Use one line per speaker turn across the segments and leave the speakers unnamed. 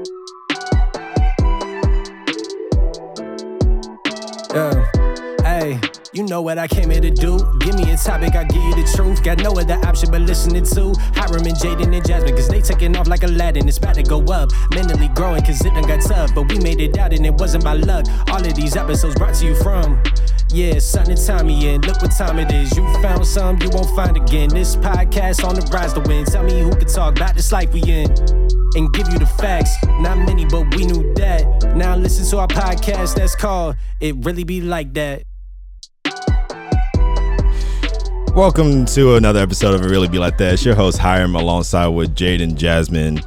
Yeah. Uh, Hey, you know what I came here to do. Give me a topic, I'll give you the truth. Got no other option but listening to Hiram and Jaden and Jasmine, cause they taking off like Aladdin. It's about to go up. Mentally growing, cause it done got tough. But we made it out and it wasn't by luck. All of these episodes brought to you from. Yeah, son and Tommy, and look what time it is. You found some you won't find again. This podcast on the rise to win. Tell me who can talk about this life we in and give you the facts. Not many, but we knew that. Now listen to our podcast that's called It Really Be Like That.
Welcome to another episode of It Really Be Like That. It's your host Hiram alongside with Jade and Jasmine.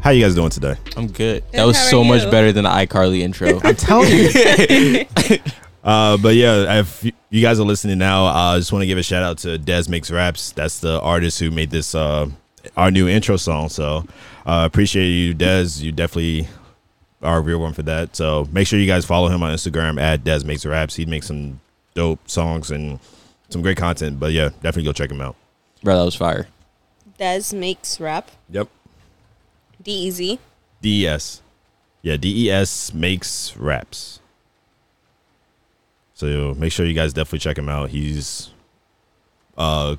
How you guys doing today?
I'm good.
how
That was
are
so much
you?
better than the iCarly intro.
I'm telling you. uh, but yeah, if you- you guys are listening now, uh, I just want to give a shout out to Des Makes Raps. That's the artist who made this uh, our new intro song. So uh, appreciate you, Des. You definitely are a real one for that. So make sure you guys follow him on Instagram at Des Makes Raps. He makes some dope songs and some great content. But yeah, definitely go check him out.
Bro, that was fire.
Des makes rap.
Yep.
D Easy.
DES. E Yeah, DES makes raps. So make sure you guys definitely check him out. He's uh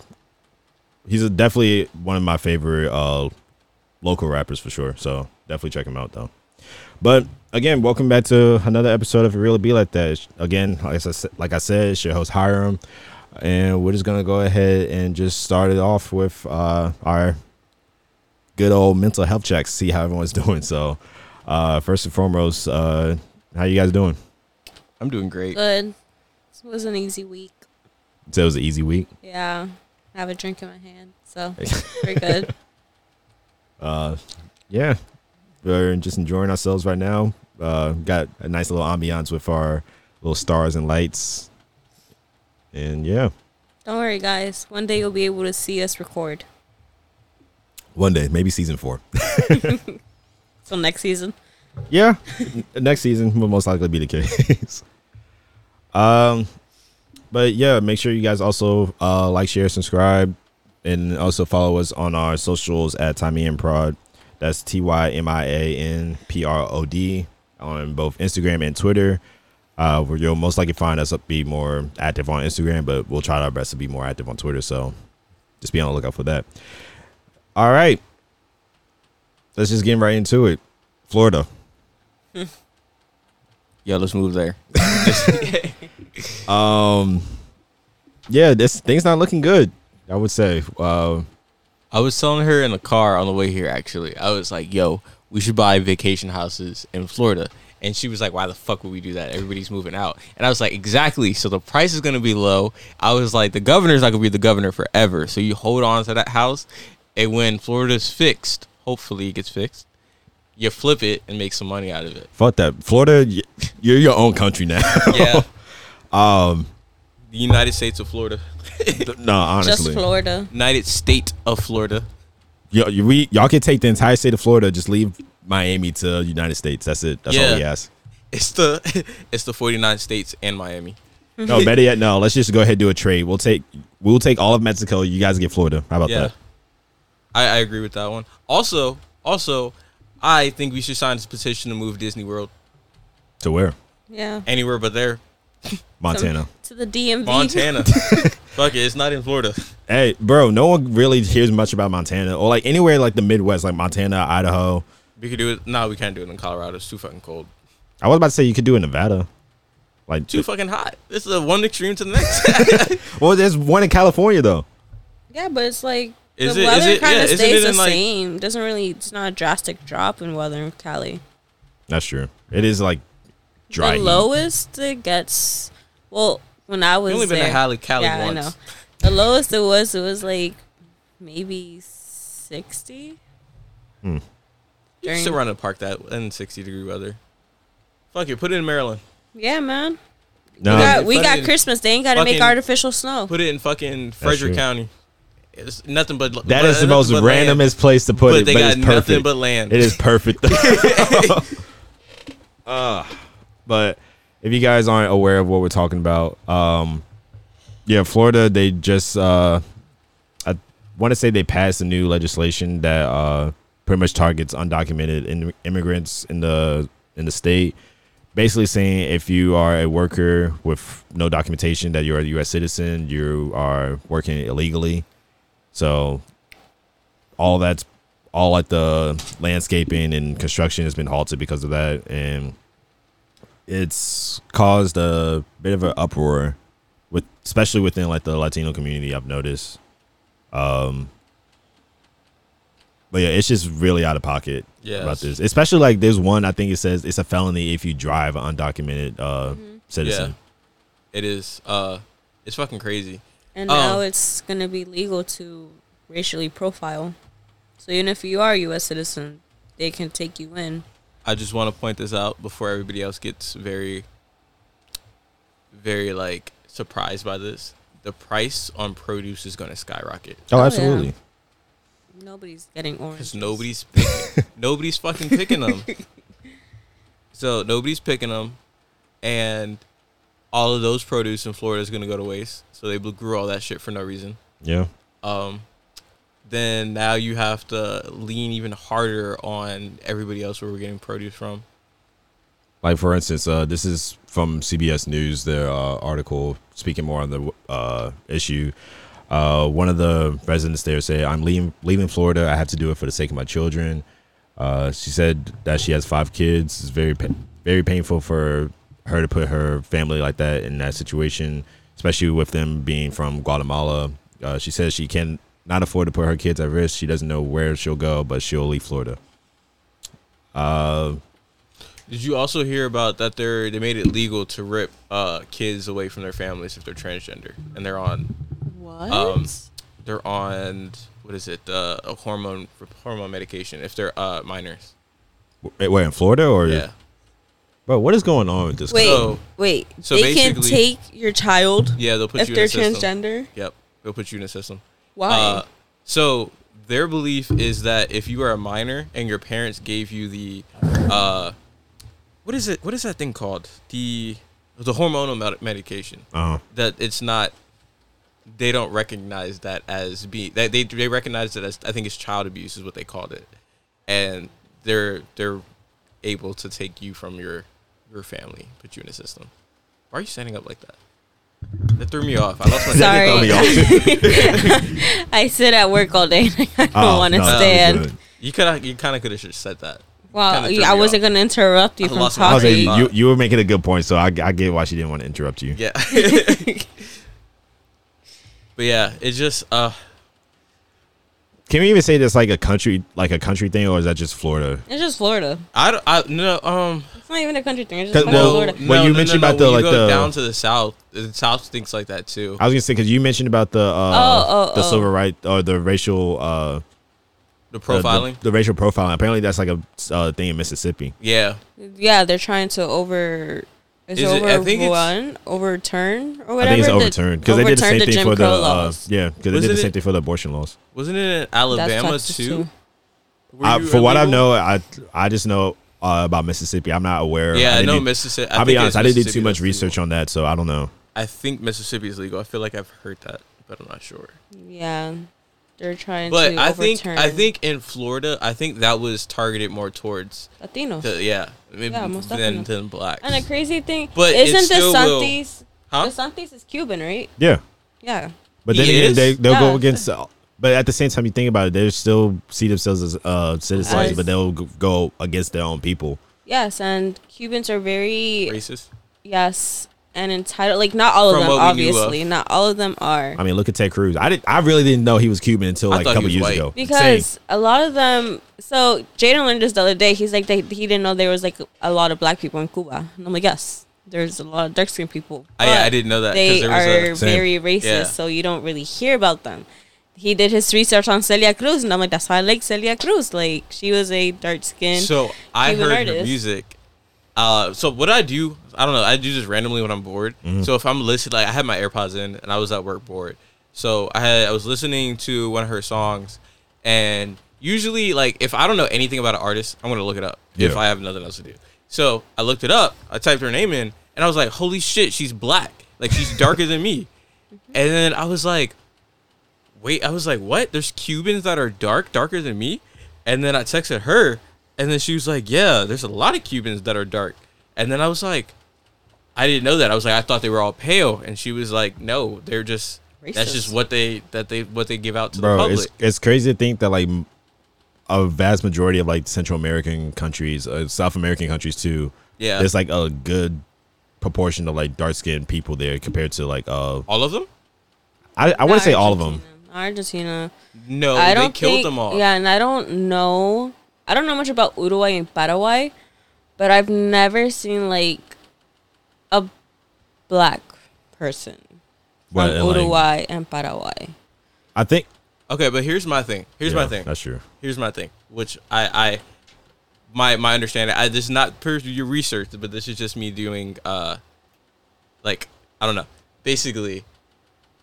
he's definitely one of my favorite uh local rappers for sure. So definitely check him out though. But again, welcome back to another episode of It Really Be Like That. Again, like I said, like I said, it's your host Hiram, and we're just gonna go ahead and just start it off with uh, our good old mental health check, see how everyone's doing. So, uh, first and foremost, uh, how you guys doing?
I'm doing great.
Good. This was an easy week.
So it was an easy week.
Yeah. I have a drink in my hand. So we're good.
Yeah, we're just enjoying ourselves right now. Uh, got a nice little ambiance with our little stars and lights, and yeah.
Don't worry, guys. One day you'll be able to see us record.
One day, maybe season four.
Till next season.
Yeah, next season will most likely be the case. um, but yeah, make sure you guys also uh, like, share, subscribe, and also follow us on our socials at Tommy and Prod. That's T Y M I A N P R O D on both Instagram and Twitter. Uh, where you'll most likely find us up be more active on Instagram, but we'll try our best to be more active on Twitter. So just be on the lookout for that. All right, let's just get right into it. Florida.
Yo, let's move there.
yeah, this thing's not looking good. I would say. Uh,
I was telling her in the car on the way here, actually. I was like, yo, we should buy vacation houses in Florida. And she was like, why the fuck would we do that? Everybody's moving out. And I was like, exactly. So the price is going to be low. I was like, the governor's not going to be the governor forever. So you hold on to that house. And when Florida's fixed, hopefully it gets fixed, you flip it and make some money out of it.
fuck that, Florida. y- You're your own country now.
Yeah. um, the United States of Florida.
no, honestly,
Just Florida.
United State of Florida.
Yo, you, we, y'all can take the entire state of Florida. Just leave Miami to United States. That's it. That's all
Yeah.
we ask.
It's the it's the 49 states and Miami.
No, better yet, no. Let's just go ahead and do a trade. We'll take we'll take all of Mexico. You guys get Florida. How about
Yeah.
that?
I, I agree with that one. Also, also, I think we should sign this petition to move Disney World
To where?
Yeah.
anywhere but there.
Montana.
To the DMV.
Montana. Fuck it, it's not in Florida.
hey, bro. No one really hears much about Montana or like anywhere like the Midwest, like Montana, Idaho.
We could do it. No, we can't do it in Colorado. It's too fucking cold.
I was about to say you could do it in Nevada. Like,
Too fucking hot. This is one extreme to the next.
well, there's one in California though.
Yeah, but it's like
Is it-
the
is
weather
it-
kind
yeah,
of
isn't
stays
it
the
in, like-
same. Doesn't really. It's not a drastic drop in weather in Cali.
That's true. It is like dry.
The
heat.
lowest it gets. Well, when I was
only been
there,
to Halley- Cali
yeah, I
once.
know. The lowest it was, it was like maybe sixty.
you
During-
sit around and park that in 60 degree weather. Fuck it, put it in Maryland.
yeah, man.
No,
we got, we
Fucking-
got Christmas. They ain't got to make
fucking-
artificial snow.
Put it in fucking Frederick
true.
County. It's nothing but That is
that is the most randomest place to put
But
it.
they
but
got
it's
nothing
perfect.
but land.
It is perfect. Uh, but if you guys aren't aware of what we're talking about, um, yeah, Florida they just uh, I want to say they passed a new legislation that uh, pretty much targets undocumented in- immigrants in the in the state. basically saying if you are a worker with no documentation that you're a U.S. citizen, you are working illegally. So all that's all like the landscaping and construction has been halted because of that, and it's caused a bit of an uproar with especially within like the Latino community. I've noticed. Um, but yeah, it's just really out of pocket
Yes.
about this. Especially like there's one I think it says it's a felony if you drive an undocumented uh
Yeah,
citizen.
it is. Uh, it's fucking crazy.
And
Oh.
now it's gonna be legal to racially profile. So even if you are a U.S. citizen, they can take you in.
I just want to point this out before everybody else gets very, very like surprised by this. The price on produce is going to skyrocket
Oh,
yeah.
absolutely.
Nobody's getting orange.
because nobody's picking, nobody's fucking picking them. So nobody's picking them, and all of those produce in Florida is going to go to waste. So they grew all that shit for no reason.
Yeah.
um, then now you have to lean even harder on everybody else where we're getting produce from.
Like for instance, uh this is from CBS News, their uh, article speaking more on the uh issue. Uh one of the residents there said, I'm leaving leaving Florida. I have to do it for the sake of my children. Uh she said that she has five kids. It's very pa- very painful for her to put her family like that in that situation, especially with them being from Guatemala. Uh, she says she can not afford to put her kids at risk. She doesn't know where she'll go, but she'll leave Florida. Uh,
Did you also hear about that? They they made it legal to rip uh, kids away from their families if they're transgender and they're on
What?
um, they're on what is it uh, a hormone hormone medication if they're uh, minors.
wait, where in Florida or
Yeah.
Bro, what is going on with this?
wait,
so-
wait.
so
they can
basically-
take your child
Yeah, they'll put
if
you
they're
in a system.
transgender.
Yep, they'll put you in a system.
Why?
Uh, so their belief is that if you are a minor and your parents gave you the, uh, what is it? What is that thing called? The the hormonal med- medication
Uh,
that it's not. They don't recognize that as being that they they recognize it as I think it's child abuse is what they called it, and they're they're able to take you from your your family, put you in a system. Why are you standing up like that? That threw me off. I lost my
Sorry.
throw me off.
I sit at work all day. and I don't
Oh,
want to
no,
stand.
good.
You could have you kind of could have just said that.
Well,
Kinda
you-
threw
I
me
wasn't
off.
gonna interrupt you
I
from
lost my
I
talking.
was
Okay.
saying, you, you were making a good point, so I, I get why she didn't want to interrupt you.
Yeah. but yeah, it's just uh
Can we even say that's like a country, like a country thing, or is that just Florida?
it's just Florida.
I don't I no um
It's not even a country thing. It's
Cause-
just fucking
well,
Florida.
when you mentioned about the,
when
like,
you go
the-
down to the south, the south thinks like that too.
I was gonna say because you mentioned about the uh,
Oh, oh,
the
oh.
civil right or the racial uh,
The
the- the-
profiling.
the, racial profiling. Apparently, that's like a uh, thing in Mississippi.
yeah.
Yeah, they're trying to over. Is,
Is it-
over
I think it's-
overrun, overturn, or
I
whatever.
think it's
the-
overturned because they did the
overturned
same thing
Jim
for the
Crow
uh,
laws.
yeah because they
Wasn't
did the same
it-
thing for the abortion laws.
Wasn't it in
That's
Alabama
Texas
too? Were
I,
you
Uh, for what I
illegal?
know, I I just know uh, about Mississippi. I'm not aware. I
Yeah, I
didn't
know
do-
Mississippi. I
I'll be
think
honest.
it's
I didn't do
Mississippi
too much
that's
research
legal.
on that, so I don't know.
I think Mississippi is legal. I feel like I've heard that, but I'm not sure.
Yeah, they're trying
But
to
I
overturn
think I think in Florida, I think that was targeted more towards
Latinos.
the yeah,
Yeah, most
than,
definitely.
than blacks.
and the crazy thing,
But it
isn't
still
the
will-
Santis?
Huh?
The Santis is Cuban, right?
Yeah,
Yeah.
but
He
then again,
is?
they they'll go
Yeah.
against. uh, But at the same time, you think about it, they still see themselves as uh, citizens,
As-
but they'll g- go against their own people.
Yes, and Cubans are very
racist. Oh,
yes and entitled. Like not all of
From
them,
what we knew of.
obviously. Not all of them are
I mean, look at Ted Cruz. I didn't. I really didn't know he was Cuban until
I
like a
thought
couple
he
years
was white.
ago.
because
Same.
a lot of them. So Jaden learned this the other day. He's like, they, he didn't know there was like a lot of black people in Cuba, and I'm like, yes, there's a lot of dark skinned people.
I, Oh, yeah, I
but
didn't know that because
They
there was a
are
Same.
very racist,
Yeah.
so you don't really hear about them. He did his research on Celia Cruz, and I'm like, that's why I like Celia Cruz. Like she was a dark skinned.
So I
Cuban
heard her
artist.
music. Uh, so what I do, I don't know. I do this randomly when I'm bored. So if I'm listening, like I had my AirPods in and I was at work bored. So I had I was listening to one of her songs, and usually like if I don't know anything about an artist, I'm gonna look it up if
Yeah.
I have nothing else to do. So I looked it up. I typed her name in, and I was like, "Holy shit, she's black! Like she's darker than me." And then I was like, wait, I was like, what? There's Cubans that are dark, darker than me? And then I texted her, and then she was like, yeah, there's a lot of Cubans that are dark. And then I was like, I didn't know that. I was like, I thought they were all pale, and she was like, No, they're just that's
Racist.
just what they that they what they give out to the
bro.
public.
It's it's crazy to think that like m- a vast majority of like Central American countries, uh, South American countries too.
Yeah.
there's like a good proportion of like dark skinned people there compared to like uh
all of them?
I I
Not
wouldn't say all of them.
Argentina. Argentina.
No,
I
they
don't
killed
think,
them all.
Yeah, and I don't know. I don't know much about Uruguay and Paraguay, but I've never seen like a black person from
But and, like,
Uruguay and Paraguay.
I think
Okay, but here's my thing. Here's
yeah,
my thing.
That's true.
here's my thing, which I, I my my understanding. I this is not per your research, but this is just me doing uh like I don't know. Basically,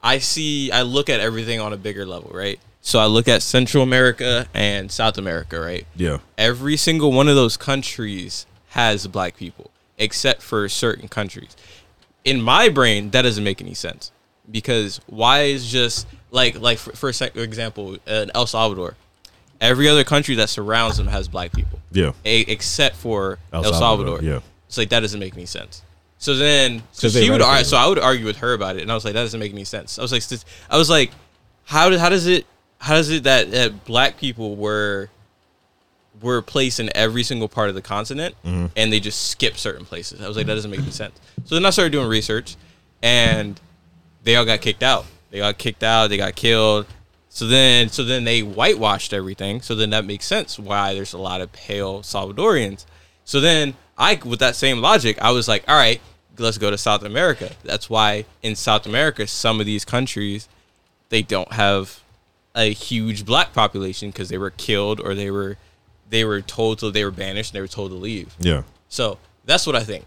I see I look at everything on a bigger level, right? So I look at Central America and South America, right?
Yeah,
every single one of those countries has black people except for certain countries in my brain that doesn't make any sense because why is just like like for, for a sec- example in el salvador every other country that surrounds them has black people
yeah.
a- except for
El
el,
Salvador,
salvador,
yeah.
it's like that doesn't make any sense so then so
'Cause they
she would
eradicated
argue, so i would argue with her about it and i was like that doesn't make any sense i was like sis- i was like how, do- how does it how does it that, that black people were were placed in every single part of the continent
Mm-hmm.
and they just skip certain places. I was like, that doesn't make any sense. So then I started doing research and they all got kicked out. They got kicked out, they got killed. So then so then they whitewashed everything. So then that makes sense why there's a lot of pale Salvadorians. So then I with that same logic, I was like, all right, let's go to South America. That's why in South America some of these countries they don't have a huge black population because they were killed or they were they were told to they were banished and they were told to leave.
Yeah.
So that's what I think.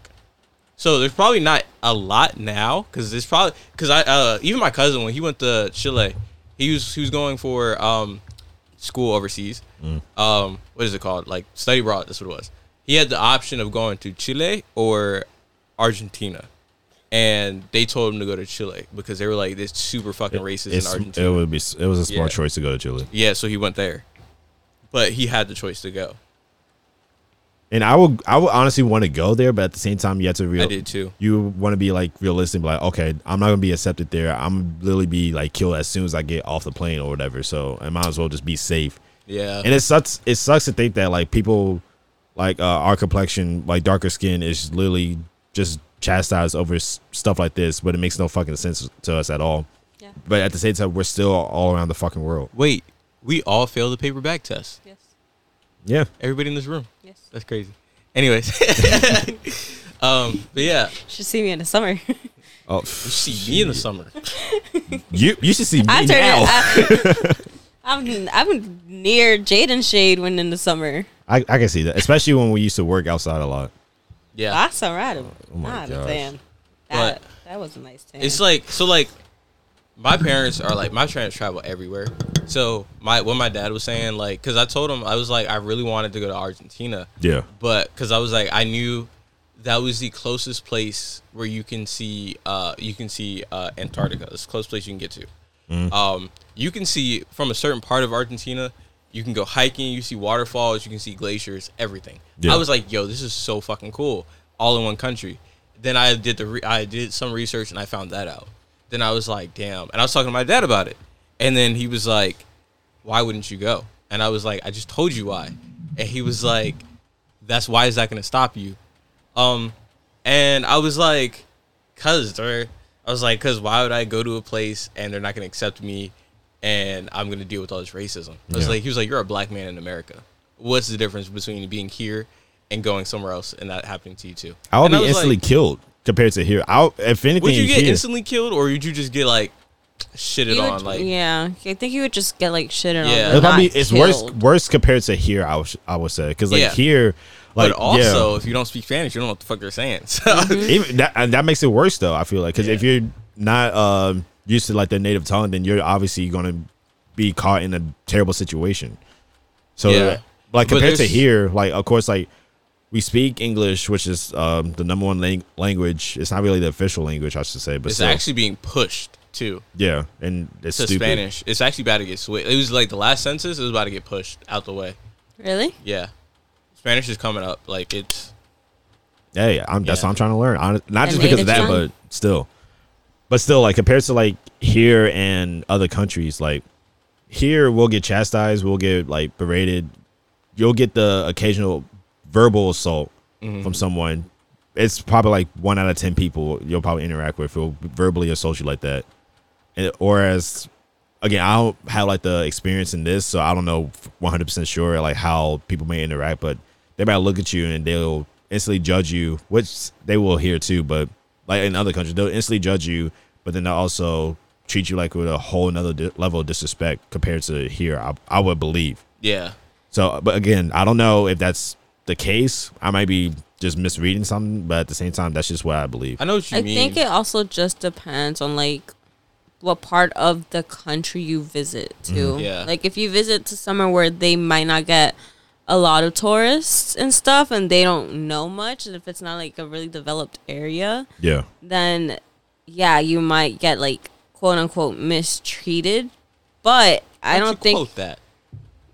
So there's probably not a lot now because there's probably because I uh, even my cousin when he went to Chile, he was he was going for um, school overseas.
Mm.
Um, what is it called? Like study abroad. That's what it was. He had the option of going to Chile or Argentina, and they told him to go to Chile because they were like it's super fucking racist in
It's,
Argentina.
it would be s- it was a smart
Yeah.
choice to go to Chile.
yeah, so he went there, but he had the choice to go.
And I would I would honestly want to go there, but at the same time, you have to real.
I did too.
You want to be like realistic, but like okay, I'm not gonna be accepted there. I'm literally be like killed as soon as I get off the plane or whatever. So I might as well just be safe.
Yeah,
And it sucks. It sucks to think that like people, like uh, our complexion, like darker skin, is literally just chastised over s- stuff like this. But it makes no fucking sense to us at all.
Yeah.
But at the same time, we're still all around the fucking world.
Wait, we all failed the paper bag test.
Yes.
Yeah.
Everybody in this room.
Yes.
That's crazy. Anyways. um, but yeah,
Should see me in the summer.
Oh,
see me in the summer.
you you should see me
I turned
now.
it. I, I'm I'm near Jaden shade when in the summer.
I, I can see that, especially when we used to work outside a lot.
Yeah.
I saw right. Oh
my
my
gosh.
That
But-
that was a nice tan.
It's like so like my parents are like my parents travel everywhere. So my what my dad was saying like cuz I told him I was like I really wanted to go to Argentina.
Yeah.
but because I was like, I knew that was the closest place where you can see, uh, you can see uh, Antarctica. It's the closest place you can get to. Um, you can see from a certain part of Argentina. You can go hiking. You see waterfalls. You can see glaciers. Everything.
Yeah.
I was like, yo, this is so fucking cool, all in one country. Then I did the re- I did some research and I found that out. Then I was like, damn. And I was talking to my dad about it, and then he was like, why wouldn't you go? And I was like, I just told you why. And he was like, that's why is that going to stop you? Um, and I was like, cause or I was like, cause why would I go to a place and they're not going to accept me and I'm going to deal with all this racism? I was
Yeah.
like, he was like, you're a black man in America. What's the difference between being here and going somewhere else and that happening to you too?
I would
And
be
was
instantly
like,
killed compared to here. I will if anything
Would you get
here,
instantly killed or would you just get like shitted
You would-
on? Like,
yeah, I think you would just get like shitted
Yeah.
on.
it'll
but
probably
not
it's worse
killed.
worse compared to here. I would I would say because like
Yeah.
here, like
but also,
yeah,
if you don't speak Spanish, you don't know what the fuck they're saying. So
Mm-hmm.
even that and that makes it worse though. I feel like because if you're not um, used to like their native tongue, then you're obviously gonna be caught in a terrible situation. So
Yeah.
like
But
compared to
there's-
here, like of course like. We speak English, which is um, the number one lang- language. It's not really the official language, I should say, but
it's
still.
actually being pushed too.
Yeah, and it's
to
stupid.
Spanish. It's actually about to get switched. It was like the last census. It was about to get pushed out the way.
Really?
Yeah, Spanish is coming up. Like it's
Hey, I'm, that's
Yeah.
what I'm trying to learn. Hon- not
And
just because
they
of that,
decline.
but still, but still, like compared to like here and other countries, like here we'll get chastised, we'll get like berated, you'll get the occasional verbal assault
Mm-hmm.
from someone. It's probably like one out of ten people you'll probably interact with will verbally assault you like that. And, or as again, I don't have like the experience in this, so I don't know 100 percent sure like how people may interact, but they might look at you and they'll instantly judge you, which they will here too. But like in other countries, they'll instantly judge you, but then they'll also treat you like with a whole another di- level of disrespect compared to here. I, I would believe.
Yeah.
So, but again, I don't know if that's the case. I might be just misreading something, but at the same time, that's just what I believe.
I know what you
I
mean.
think it also just depends on like what part of the country you visit to.
Yeah.
Like if you visit to somewhere where they might not get a lot of tourists and stuff and they don't know much and if it's not like a really developed area,
Yeah.
then yeah, you might get like quote unquote mistreated. But I
Why'd
don't
you
think
quote that.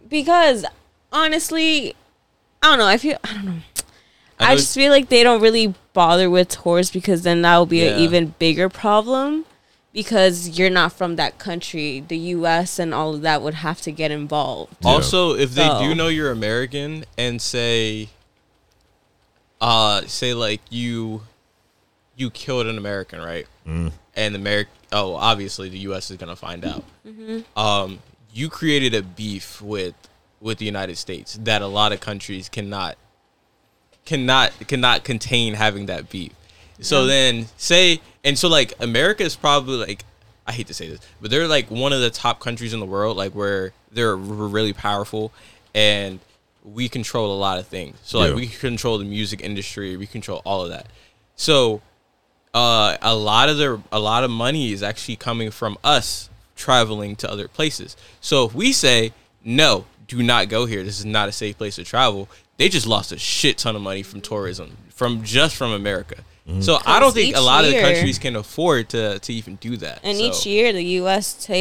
because honestly, I don't know. I feel I don't know.
know
I just feel like they don't really bother with tours because then that will be an
Yeah.
even bigger problem because you're not from that country. The U.S. and all of that would have to get involved.
Yeah.
Also, if they
So-
do know you're American and say, uh, say like you, you killed an American, right? Mm. And America, oh, obviously the U.S. is gonna find out. Um, you created a beef with with the United States that a lot of countries cannot cannot cannot contain having that beef. So then say and so like America is probably like I hate to say this, but they're like one of the top countries in the world, like where they're r- really powerful and we control a lot of things. So like
Yeah.
we control the music industry, we control all of that. So uh, a lot of their a lot of money is actually coming from us traveling to other places. So if we say no, do not go here. This is not a safe place to travel. They just lost a shit ton of money from tourism from just from America. So I don't think
each
a lot of the
year-
countries can afford to to even do that.
And
So,
each year, the U.S. ta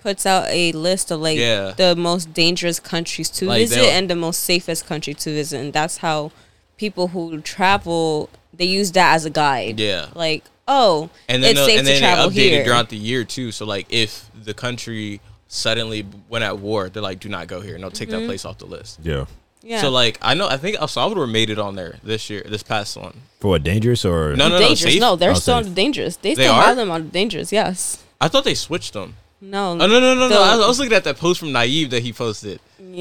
puts out a list of like
Yeah.
the most dangerous countries to
Like,
visit
they'll-
and the most safest country to visit, and that's how people who travel they use that as a guide.
Yeah.
like oh,
and then
it's
they'll-
safe
and then
to
they
travel
update
here.
it throughout the year too. So like if the country suddenly went at war, they're like, do not go here, and they'll take
Mm-hmm.
that place off the list.
Yeah.
yeah.
So like I know I think El Salvador made it on there this year, this past one.
For what, dangerous or?
No, no, no.
dangerous.
safe?
No, they're
Oh,
still
safe.
dangerous. They
They
still
are?
have them on dangerous. Yes.
I thought they switched them.
No.
Oh no no no no!
the-
I was- I was looking at that post from Naive that he posted.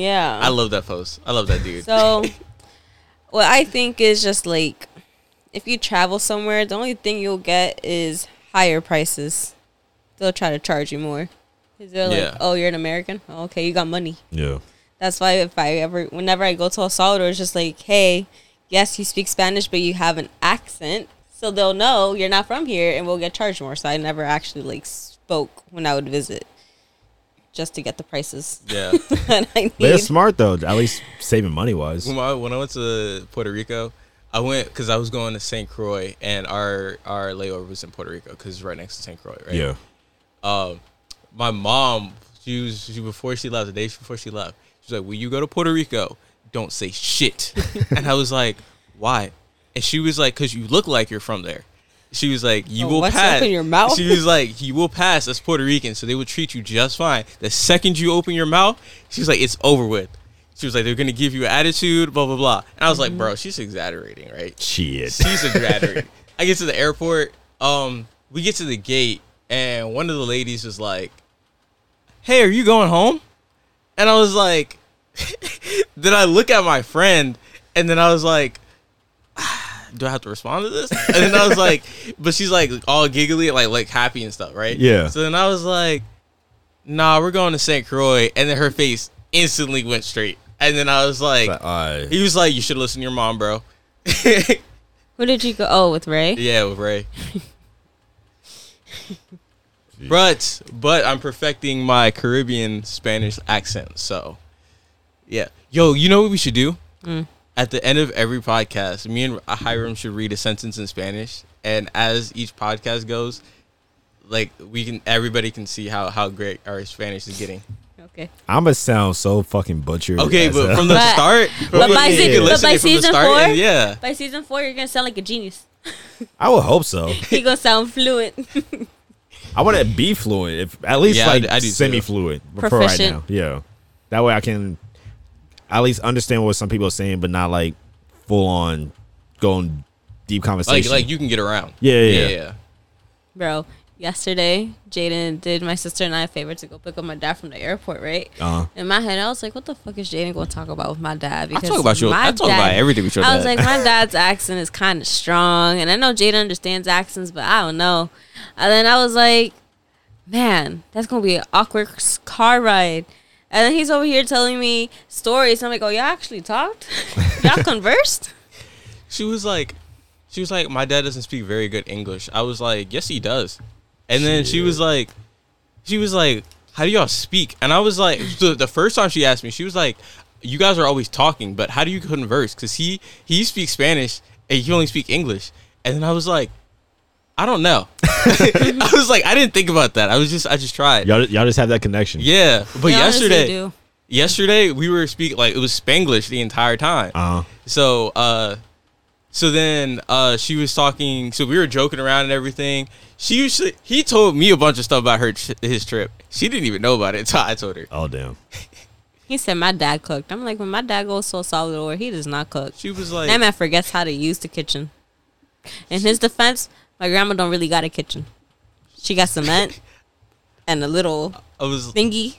Yeah.
I love that post. I love that dude.
So, what I think is just like, if you travel somewhere, the only thing you'll get is higher prices. They'll try to charge you more. 'Cause they're
Yeah.
like, oh, you're an American? Oh, okay, you got money.
Yeah.
That's why if I ever, whenever I go to El Salvador, it's just like, hey, yes, you speak Spanish, but you have an accent. So they'll know you're not from here and we'll get charged more. So I never actually like spoke when I would visit just to get the prices
yeah.
that I
But
need.
it's smart though, at least saving money wise.
When I, when I went to Puerto Rico, I went because I was going to St. Croix, and our our layover was in Puerto Rico because it's right next to St. Croix, right?
Yeah.
my mom, she was she before she left, the day before she left, she was like, "When you go to Puerto Rico, don't say shit." and I was like, "Why?" And she was like, "Cause you look like you're from there." She was like, "You
Oh,
will
what's up
pass."
in your mouth?
She was like, "You will pass as Puerto Rican, so they will treat you just fine." The second you open your mouth, she was like, "It's over with." She was like, "They're gonna give you an attitude, blah blah blah." And I was
Mm-hmm.
like, "Bro, she's exaggerating, right?"
Shit.
She's a graduate. I get to the airport. Um, we get to the gate, and one of the ladies was like, "Hey, are you going home?" And I was like, "Then I look at my friend, and then I was like." "Ah, Do I have to respond to this? And then I was like, but she's like all giggly, like like happy and stuff, right?
Yeah.
So then I was like, nah, we're going to St. Croix, and then her face instantly went straight. And then I was like, "Ah,
But, uh,
he was like, you should listen to your mom, bro.
Who did you go? Oh, with Ray?
Yeah, with Ray. but but I'm perfecting my Caribbean Spanish accent, so yeah. Yo, you know what we should do?
Mm.
At the end of every podcast, me and Hiram should read a sentence in Spanish, and as each podcast goes, like we can everybody can see how how great our Spanish is getting.
Okay. Okay.
I'ma sound so fucking butchered.
Okay,
as
but
hell.
from the
But-
start,
but by
you
se-
can
but
listen
by
it from the
season
start
four?
and- yeah,
By season four, you're gonna sound like a genius.
I would hope so.
He gonna sound fluent,
I want to be fluent, if at least
Yeah, I
like
do- I do too.
semi-fluent for right
Proficient.
now. Yeah, that way I can at least understand what some people are saying, but not like full on going deep
like
conversation.
like you can get around.
Yeah, yeah, yeah.
bro. Yesterday, Jaden did my sister and I a favor to go pick up my dad from the airport, right?
uh,
In my head, I was like, "What the fuck is Jaden gonna talk about with my dad?"
Uh-huh. I talk about your. I talk about everything with your
I was
dad.
like, my dad's accent is kind of strong, and I know Jada understands accents, but I don't know. And then I was like, man, that's gonna be an awkward s- car ride. And then he's over here telling me stories. I'm like, oh, y'all actually talked? y'all conversed?
she was like, she was like, my dad doesn't speak very good English. I was like, yes, he does. And then she was like, she was like, how do y'all speak? And I was like, the, the first time she asked me, she was like, you guys are always talking, but how do you converse? Because he he speaks Spanish and you only speak English. And then I was like, I don't know. I was like, I didn't think about that. I was just I just tried.
y'all y'all just have that connection.
Yeah, but
They honestly
yesterday,
do.
yesterday we were speaking like it was Spanglish the entire time.
Uh,
So uh so then uh she was talking so we were joking around and everything. She usually he told me a bunch of stuff about her tr- his trip. She didn't even know about it until I told her.
oh damn.
He said, my dad cooked. I'm like, when my dad goes to El Salvador, he does not cook.
She was like
That man forgets how to use the kitchen. In his defense, my grandma don't really got a kitchen. She got cement and a little
I was
thingy.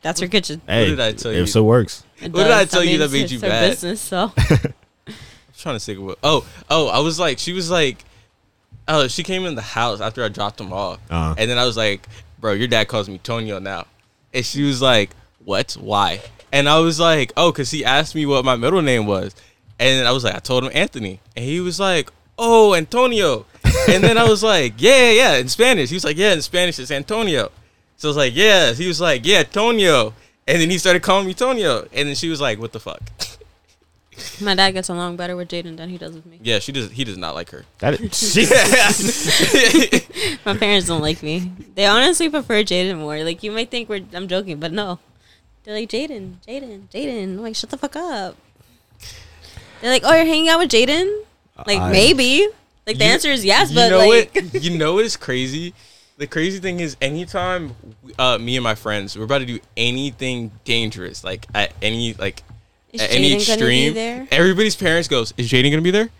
That's her kitchen.
Hey,
did I tell
it
you?
still works.
It
What did I tell you that
it's-
made you
it's her
bad?
Business, so
trying to think of what oh oh I was like she was like oh she came in the house after I dropped him off.
Uh-huh.
And then I was like, Bro, your dad calls me Tonio now. And she was like, What? Why? And I was like, Oh, cause he asked me what my middle name was. And I was like, I told him Anthony. And he was like, Oh, Antonio. and then I was like, Yeah, yeah, in Spanish. He was like, Yeah, in Spanish it's Antonio. So I was like, Yeah. He was like, Yeah, Tonio. And then he started calling me Tonio. And then she was like, What the fuck?
my dad gets along better with Jaden than he does with me.
Yeah, she does he does not like her.
That is,
My parents don't like me. They honestly prefer Jaden more. Like you might think we're I'm joking, but no. They're like Jaden, Jaden, Jaden. I'm like shut the fuck up. They're like, oh, you're hanging out with Jaden? Like
I-
maybe. Like the
You-
answer is yes,
you
but
know
like
what? You know what is crazy? The crazy thing is, anytime uh, me and my friends we're about to do anything dangerous, like at any like
Is
at any
Jaden gonna be
extreme,
there?
everybody's parents goes, "Is Jaden gonna be there?"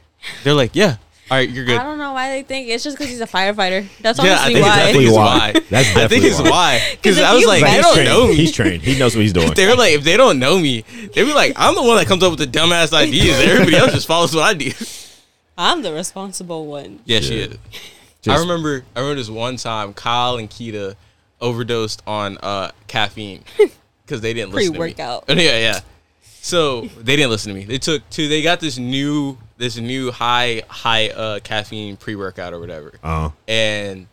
They're like, "Yeah." All right, you're good.
I don't know why they think it's just because he's a firefighter. That's
Yeah, I
honestly
That's
think it's
why.
definitely
it's
why.
why.
That's definitely
I think it's
why.
why because
if
I was
you
like,
bet-
they
he's
don't
trained.
know me.
He's trained. He knows what he's doing.
They were like, if they don't know me, they be like, I'm the one that comes up with the dumbass ideas. Everybody else just follows what I do.
I'm the responsible one.
Yeah, she
Yeah.
is.
Just-
I remember I remember this one time Kyle and Keita overdosed on uh, caffeine because they didn't listen
Pre-workout.
to me. Yeah, yeah. So they didn't listen to me. They took two. They got this new this new high high uh, caffeine pre workout or whatever,
Uh,
and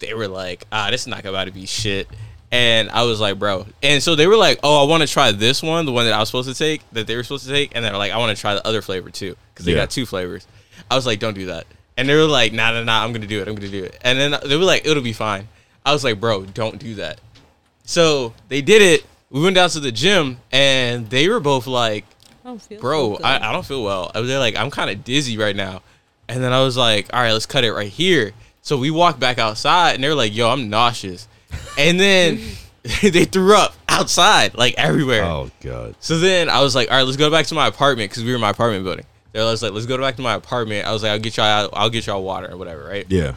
they were like, "Ah, this is not about to be shit." And I was like, "Bro," and so they were like, "Oh, I want to try this one, the one that I was supposed to take, that they were supposed to take," and they were like, "I want to try the other flavor too, because they
Yeah.
got two flavors." I was like, "Don't do that," and they were like, "Nah, nah, nah, I'm gonna do it, I'm gonna do it," and then they were like, "It'll be fine." I was like, "Bro, don't do that." So they did it. We went down to the gym, and they were both like,
I don't feel
bro,
so good.
I, I don't feel well. I was there like, I'm kind of dizzy right now. And then I was like, all right, let's cut it right here. So we walked back outside and they were like, yo, I'm nauseous. And then they threw up outside, like everywhere.
oh god.
So then I was like, all right, let's go back to my apartment because we were in my apartment building. They was like, let's go back to my apartment. I was like, I'll get y'all, I'll get y'all water or whatever, right?
Yeah.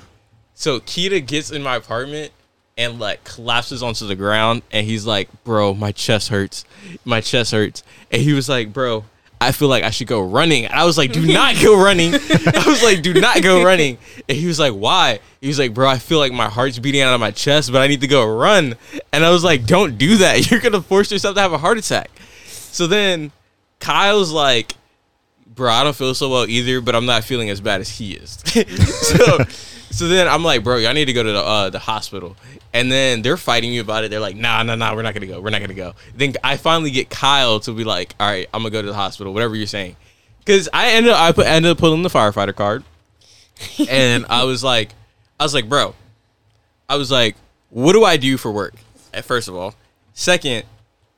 So Kita gets in my apartment and like collapses onto the ground and he's like, "Bro, my chest hurts. My chest hurts." And he was like, "Bro, I feel like I should go running." And I was like, "Do not go running." I was like, "Do not go running." And he was like, "Why?" He was like, "Bro, I feel like my heart's beating out of my chest, but I need to go run." And I was like, "Don't do that. You're going to force yourself to have a heart attack." So then Kyle's like, bro, I don't feel so well either, but I'm not feeling as bad as he is. so, so then I'm like, bro, y'all need to go to the uh, the hospital. And then they're fighting me about it. They're like, nah, nah, nah, we're not gonna go. We're not gonna go. Then I finally get Kyle to be like, all right, I'm gonna go to the hospital. Whatever you're saying, because I ended up, I put, ended up pulling the firefighter card, and I was like, I was like, bro, I was like, what do I do for work? At first of all, second,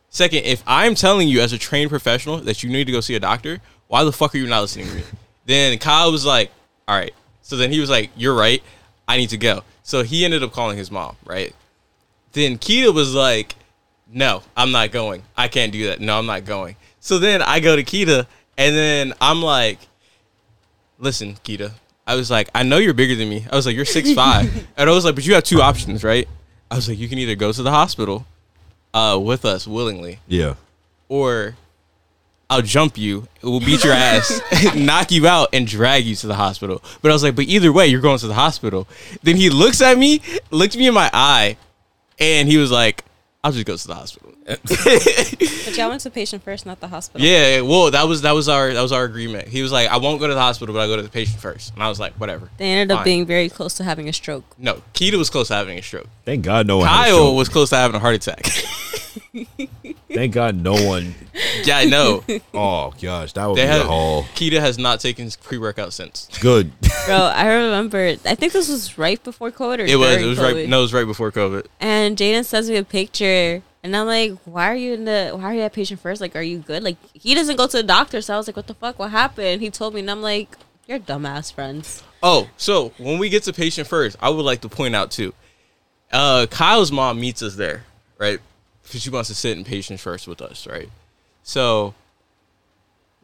Second, if I'm telling you as a trained professional that you need to go see a doctor, why the fuck are you not listening to me? then Kyle was like, all right. So then he was like, you're right. I need to go. So he ended up calling his mom, right? Then Keita was like, no, I'm not going. I can't do that. No, I'm not going. So then I go to Keita and then I'm like, listen, Keita. I was like, I know you're bigger than me. I was like, you're six five, and I was like, but you have two options, right? I was like, you can either go to the hospital uh, with us willingly,
Yeah.
or I'll jump you, we'll beat your ass, knock you out, and drag you to the hospital. But I was like, but either way, you're going to the hospital. Then he looks at me, looked me in my eye, and he was like, I'll just go to the hospital.
But y'all went to patient first, not the hospital.
yeah, well, that was that was our that was our agreement. He was like, I won't go to the hospital, but I'll go to the patient first. And I was like, whatever.
They ended up
Fine.
being very close to having a stroke.
No, Keita was close to having a stroke.
Thank God no one. had a
Kyle
stroke.
was close to having a heart attack.
Thank God no one.
yeah, I know.
Oh gosh, that would
They
be
have
a whole
Keita has not taken pre workout since.
good.
Bro, I remember. I think this was right before COVID. Or
It was.
during
It was
COVID.
right. No, it was right before COVID.
And Jaden sends me a picture, and I'm like, "Why are you in the? Why are you at patient first? Like, are you good? Like, he doesn't go to the doctor, so I was like, "What the fuck? What happened?" He told me, and I'm like, "You're dumbass friends."
Oh, so when we get to patient first, I would like to point out too. Uh, Kyle's mom meets us there, right? Because she wants to sit in patient first with us, right? So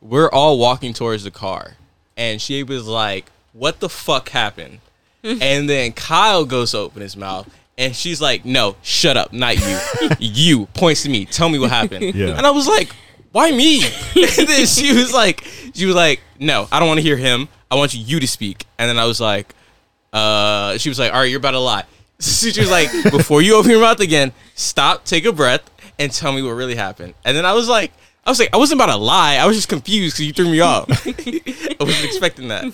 we're all walking towards the car, and she was like, "What the fuck happened?" and then Kyle goes to open his mouth. And she's like, "No, shut up, not you. you points to me. Tell me what happened."
Yeah.
And I was like, "Why me?" and then she was like, "She was like, no, I don't want to hear him. I want you to speak." And then I was like, uh, she was like, "All right, you're about to lie." So she was like, "Before you open your mouth again, stop, take a breath, and tell me what really happened." And then I was like, "I was like, I wasn't about to lie. I was just confused because you threw me off. I wasn't expecting that."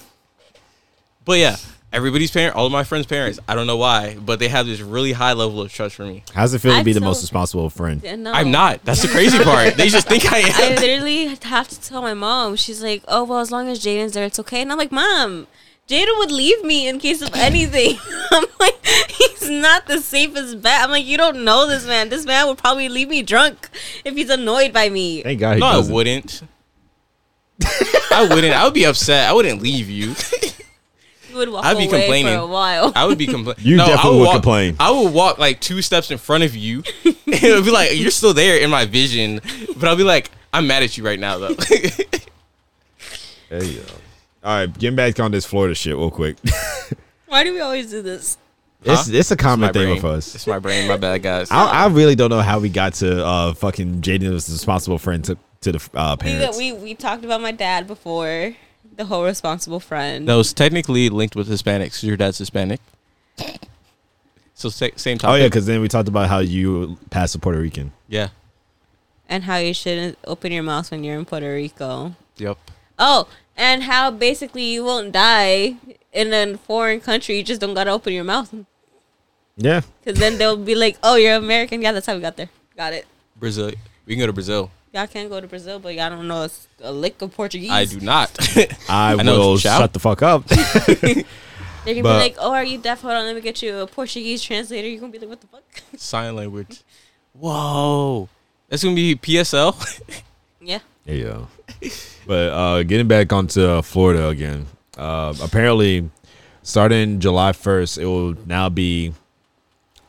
But yeah, everybody's parent, all of my friends' parents. I don't know why, but they have this really high level of trust for me.
How's it feel to
I'd
be the
so-
most responsible friend?
And no,
I'm not. That's the crazy part. They just think I
I
am.
literally have to tell my mom. She's like, "Oh well, as long as Jaden's there, it's okay." And I'm like, "Mom, Jaden would leave me in case of anything." I'm like, "He's not the safest bet." I'm like, "You don't know this man. This man would probably leave me drunk if he's annoyed by me."
Thank God he
No, I
doesn't.
wouldn't. I wouldn't. I would be upset. I wouldn't leave you.
He would walk
I'd be
away
complaining.
for a while.
I would be complaining.
You definitely would
walk,
complain.
I would walk like two steps in front of you. it would be like you're still there in my vision, but I'll be like, I'm mad at you right now though.
There you go. All right, getting back on this Florida shit real quick.
Why do we always do this?
It's it's a common
my
thing
brain.
with us.
It's my brain. My bad, guys.
I, I really don't know how we got to uh fucking Jaden was the responsible friend to to the uh,
We,
parents.
we we talked about my dad before. The whole responsible friend.
that was technically linked with Hispanics. Your dad's Hispanic, so sa- same
oh
topic.
yeah, because then we talked about how you passed a Puerto Rican.
yeah.
And how you shouldn't open your mouth when you're in Puerto Rico.
Yep.
Oh, and how basically you won't die in a foreign country. You just don't gotta open your mouth.
Yeah,
Because then they'll be like, oh, you're American. Yeah, that's how we got there. Got it.
Brazil. We can go to Brazil.
Y'all can go to Brazil, but y'all don't know it's a lick of Portuguese.
I do not.
I,
I know,
will
shout.
shut the fuck up.
They're gonna
but-
be like, oh, are you deaf? Hold on, let me get you a Portuguese translator. You're gonna be like, what the fuck?
Sign language. Whoa, that's gonna be PSL.
yeah.
Yeah. but uh, getting back onto uh, Florida again, uh, apparently, starting July 1st, it will now be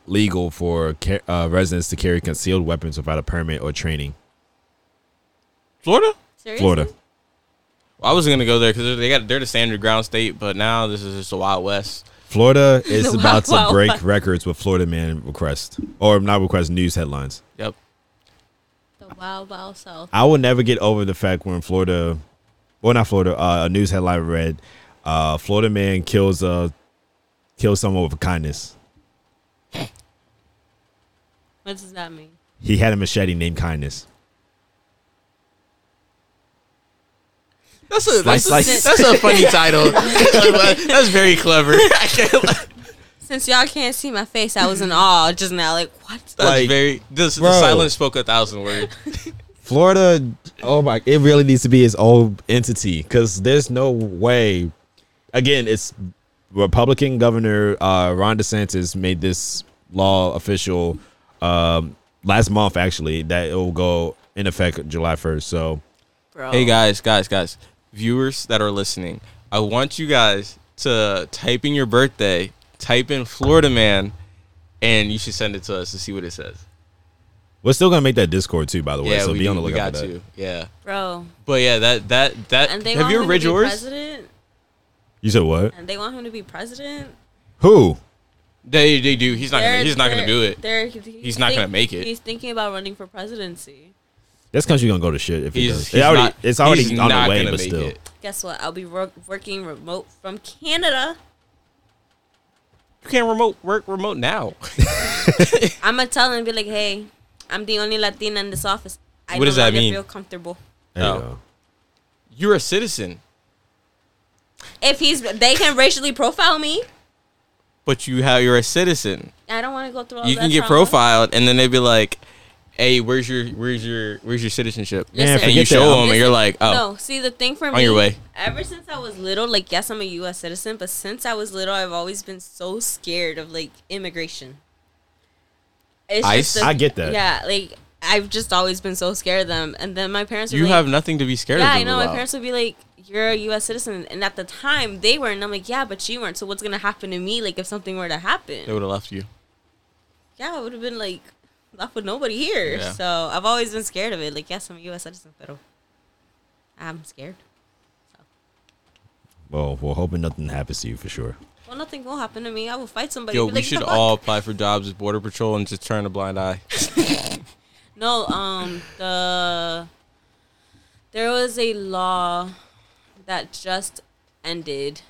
legal for ca- uh, residents to carry concealed weapons without a permit or training.
Florida.
Seriously?
Florida.
I was gonna go there because they got they're the standard ground state, but now this is just the Wild West.
Florida is
Wow,
about to
wow,
break
wow.
records with Florida man request or not request news headlines.
Yep.
The wild, wild south.
I will never get over the fact when Florida, well, not Florida, uh, a news headline read, uh, Florida man kills a kills someone with kindness.
What does that mean?
He had a machete named Kindness.
That's a
Slice,
that's,
slice.
a, that's a funny title. that's very clever. I can't lie.
Since y'all can't see my face, I was in awe just now. Like, what?
That's
Like,
very. This,
bro.
the silence spoke a thousand words.
Florida, oh my, it really needs to be its own entity because there's no way. Again, it's Republican Governor uh, Ron DeSantis made this law official um, last month actually that it will go in effect July first. So
Bro.
Hey guys, guys, guys, viewers that are listening, I want you guys to type in your birthday, type in Florida man, and you should send it to us to see what it says.
we're still gonna make that Discord too, by the way.
Yeah,
so
we,
be on
do-
the
we
lookout
got
for that.
you. Yeah,
Bro.
but yeah, that that that.
And they
have
want
you
him
read
to be
yours?
president?
You said what?
And they want him to be president?
Who?
They they do. He's not gonna,
They're-
he's not gonna
they're-
do it.
they're- he's
not gonna make it.
He's thinking about running for presidency.
This country gonna go to shit if it
He's,
does. It
he's
already,
not,
it's already
he's
on
not
the way,
gonna
but
make
still.
it.
Guess what? I'll be ro- working remote from Canada.
you can't remote work remote now.
I'm gonna tell him be like, "Hey, I'm the only Latina in this office. I
What
no
does that
longer
mean?
Feel comfortable.
There you
Oh.
go.
You're a citizen,
If he's, they can racially profile me.
but you have you're a citizen.
I don't want to go through. All
you
that
can get
trauma.
profiled, and then they'd be like, "Hey, where's your where's your where's your citizenship?"
Man,
Listen,
and you
forget
show
that.
them, and you're like, "Oh,
No, see the thing for me.
On your way.
Ever since I was little, like yes, I'm a U.S. citizen, but since I was little, I've always been so scared of like immigration. It's
I s-
the-
I get that.
Yeah, like I've just always been so scared of them, and then my parents. Were
you
like,
have nothing to be scared
Yeah,
of."
I know. My
about."
parents would be like, "You're a U.S. citizen," and at the time they were, and I'm like, "Yeah, but you weren't. So what's gonna happen to me? Like if something were to happen,
They would have left you.
Oh, yeah, I would have been like left with nobody here.
Yeah.
So I've always been scared of it. Like yes, I'm a U.S. citizen, but I'm scared.
Well, we're hoping nothing happens to you for sure.
Well, nothing will happen to me. I will fight somebody.
Yo,
Be
we
like,
should
"The fuck?"
all apply for jobs as border patrol and just turn a blind eye.
No, um, the there was a law that just ended.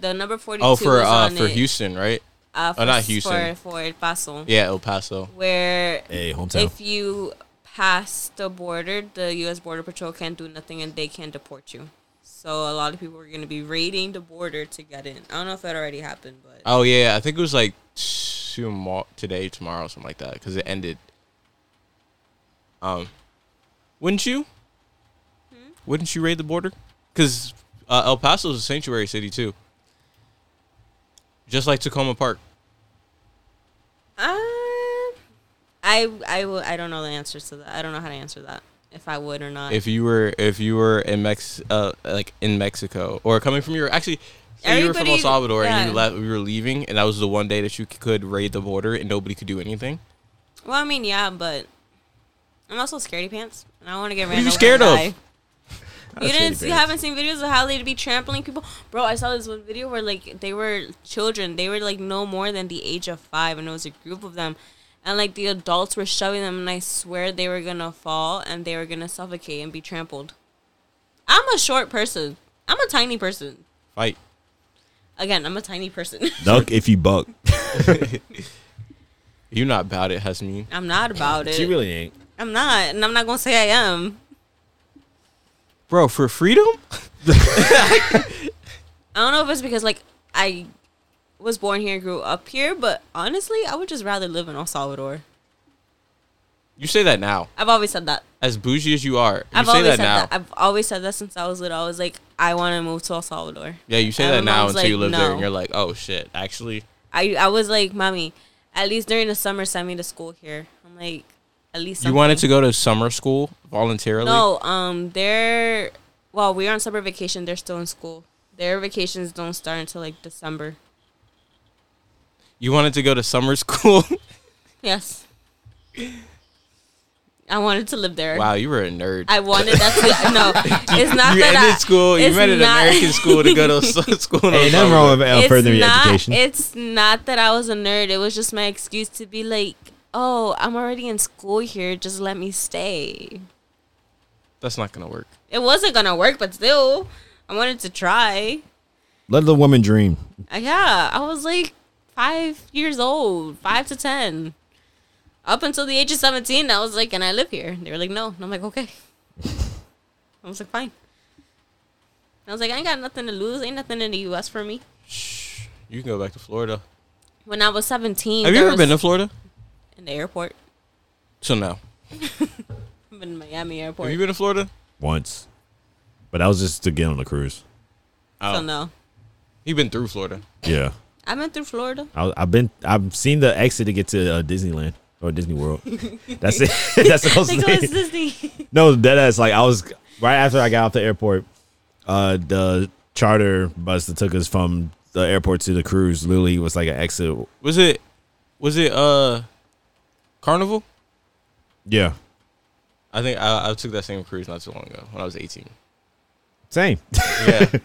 The number forty-two.
oh, for
was
uh,
on
for
it,
Houston, right?
Uh,
oh, not Houston.
For, for El Paso.
Yeah, El Paso.
where
Hey, hometown.
if you pass the border, the U.S. Border Patrol can't do nothing and they can deport you. So a lot of people are going to be raiding the border to get in. I don't know if that already happened, but
Oh yeah, I think it was like tomorrow, today, tomorrow, something like that, because it ended. Um, wouldn't you? Wouldn't you raid the border? Because uh, El Paso is a sanctuary city too, just like Tacoma Park.
uh, I I will I don't know the answer to that. I don't know how to answer that. If I would or not.
If you were, if you were in Mex, uh, like in Mexico, or coming from your actually. say you were from El
Everybody-
Salvador and
yeah.
you left, we were leaving, and that was the one day that you c- could raid the border and nobody could do anything.
well, I mean, yeah, but I'm also scaredy pants, and I want to get
are
ran
you
over
scared
and
of?
die.
Not
You
shady
didn't. You
pants.
haven't seen videos of how they be trampling people, bro. I saw this one video where like they were children. They were like no more than the age of five, and it was a group of them, and like the adults were shoving them, and I swear they were gonna fall and they were gonna suffocate and be trampled. I'm a short person. I'm a tiny person.
Fight.
Again, I'm a tiny person.
Duck if you buck.
You're not about it, Hasmin.
I'm not about it.
she really ain't.
I'm not, and I'm not gonna say I am.
Bro, for freedom?
I don't know if it's because like I was born here, grew up here, but honestly, I would just rather live in El Salvador.
You say that now.
I've always said that.
As bougie as you are, you
I've
say
always
that
said
now.
that. I've always said that since I was little. I was like, I want to move to El Salvador.
yeah, you say
And
that
my
now
mom's
until you
like,
live there
no.
and you're like, oh shit, actually.
I I was like, mommy, at least during the summer, send me to school here. I'm like, at least
You wanted to
something."
go to summer school voluntarily?
No, um, they're well, we are on summer vacation. They're still in school. Their vacations don't start until like December.
You wanted to go to summer school?
Yes. I wanted to live there.
wow, you were a nerd.
I wanted that's what, no. It's not
you
that
ended
I,
school, you
it's
met an
not-
American school to go to su- school. in
Ain't
summer.
nothing wrong with uh,
it's
furthering your
not,
education.
It's not that I was a nerd. It was just my excuse to be like, oh, I'm already in school here. Just let me stay.
That's not going to work.
It wasn't gonna work, but still, I wanted to try.
Let the woman dream.
Uh, Yeah, I was like five years old, five to ten, up until the age of seventeen. I was like, can I live here? They were like, no. And I'm like, okay. I was like, fine. I was like, I ain't got nothing to lose. Ain't nothing in the U.S. for me.
Shh. You can go back to Florida.
When I was seventeen,
Have you
there
ever
was-
been to Florida?
in the airport?
So no.
I've been in Miami airport.
Have you been to Florida?
once, but that was just to get on the cruise.
Oh.
So no.
You've been through Florida.
Yeah,
I went through Florida.
I, I've been I've seen the exit to get to uh, Disneyland. or Disney World. That's it. That's the closest
Nicholas
thing.
Disney.
No, that is like I was right after I got off the airport. Uh, the charter bus that took us from the airport to the cruise literally was like an exit.
Was it? Was it? Uh, Carnival.
Yeah,
I think I, I took that same cruise not too long ago when I was 18.
same.
Yeah.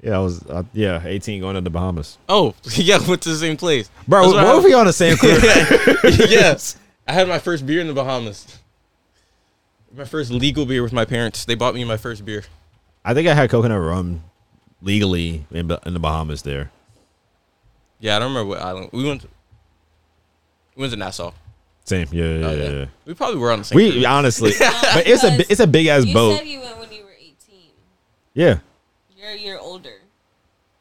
Yeah, I was. Uh, yeah, eighteen going to the Bahamas.
oh, yeah, went to the same place.
Bro,
That's
what,
what
if
I-
we on the same cruise?
yes. I had my first beer in the Bahamas. My first legal beer with my parents. They bought me my first beer.
I think I had coconut rum legally in, Ba- in the Bahamas there.
Yeah, I don't remember what island. We went to, we went to Nassau.
Same. Yeah, yeah,
Oh,
yeah.
yeah.
yeah.
We probably were on the same
We
cruise.
honestly, but it's a bi- it's a big ass
you
boat.
said you went when you were 18.
yeah,
You're a year older.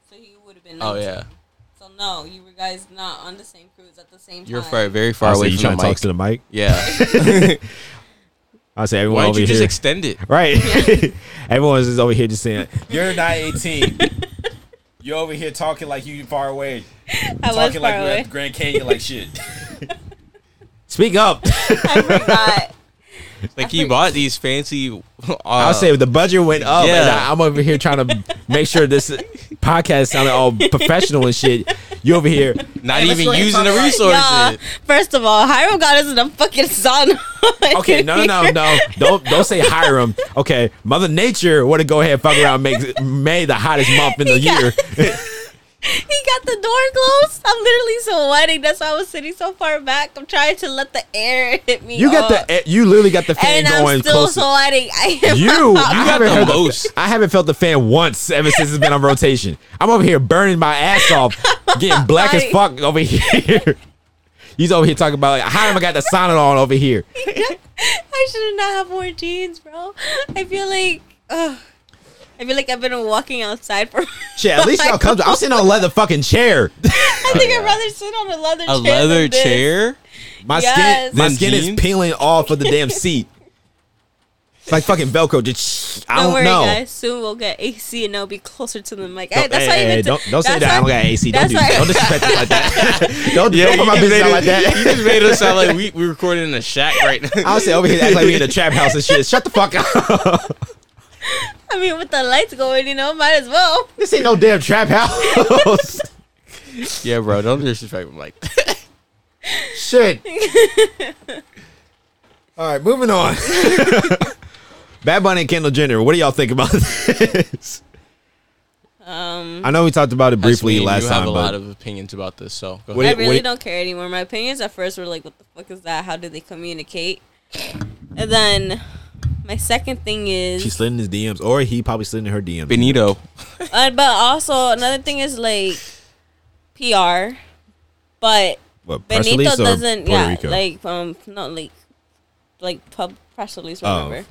So you would have been 19.
Oh, yeah.
So no, you were guys not on the same cruise at the same time.
You're far, very far
Honestly,
away
you
from the
trying to
mic.
talk to the mic?
yeah.
I say everyone
Why don't
over
you
here,
just extend it?
right? Everyone's just over here just saying,
You're not 18. you over here talking like you far away.
I
talking
was far
like we're
away.
at the Grand Canyon like shit.
"Speak up."
I forgot.
Like he bought these fancy. Uh,
I'll say the budget went up, and
Yeah.
I, I'm over here trying to make sure this podcast sounded all professional and shit. You over here?
not
Hey, let's go ahead
even
and
using the
talk about it.
resources.
Y'all, first of all, Hiram got us in a fucking sauna.
Okay, no, no, no, no. Don't don't say Hiram. Okay, Mother Nature would have go ahead and fuck around and make May the hottest month in the
Yeah.
year.
He got the door closed. I'm literally sweating. That's why I was sitting so far back. I'm trying to let the air hit me.
You got
up.
the you literally got the fan
and
going
I'm still
close.
sweating. I am
you, you I
got
haven't
the
heard
most.
I haven't felt the fan once ever since it's been on rotation. I'm over here burning my ass off, getting black as
Right.
fuck over here. He's over here talking about like, how am I got the sauna on over here?
I should not have worn jeans, bro. I feel like, ugh. I feel like I've been walking outside for.
Shit, at least y'all come. I'm sitting on a leather fucking chair.
I think I'd rather sit on a leather chair.
A leather
than this.
chair.
My
Yes.
skin, my
Then
skin
jeans?
is peeling off of the damn seat. It's like fucking Velcro. Just I
Don't,
don't
worry,
know.
guys. Soon we'll get AC and I'll be closer to the mic. I,
Don't,
that's
hey,
why I
hey,
even
don't,
t-
don't say
that's
that. I don't
why-
got AC. Don't
that's
do
why-
Don't disrespect it like that. don't don't put my
you
business
made
out
it-
like that.
You just made us sound like we we recording in a shack right now.
I'll say over here act like we in a trap house and shit. Shut the fuck up.
I mean, with the lights going, you know, might as well.
This ain't no damn trap house.
yeah, bro. Don't disrespect him like. that.
shit. All right, moving on. Bad Bunny and Kendall Jenner. What do y'all think about this?
Um,
I know we talked about it
That's me
briefly
and
last
you
time,
have a
but
lot of opinions about this, so go
What
I
do
ahead.
you-
really
it-
don't care anymore. My opinions at first were like, what the fuck is that? How do they communicate? And then my second thing is.
she slid in his DMs, or he probably slid in her DMs.
Benito.
Uh, but also another thing is like PR, but
What, press
Benito
release or
doesn't.
Puerto
yeah,
Rico?
like um, not like like pub press release,
Oh.
remember?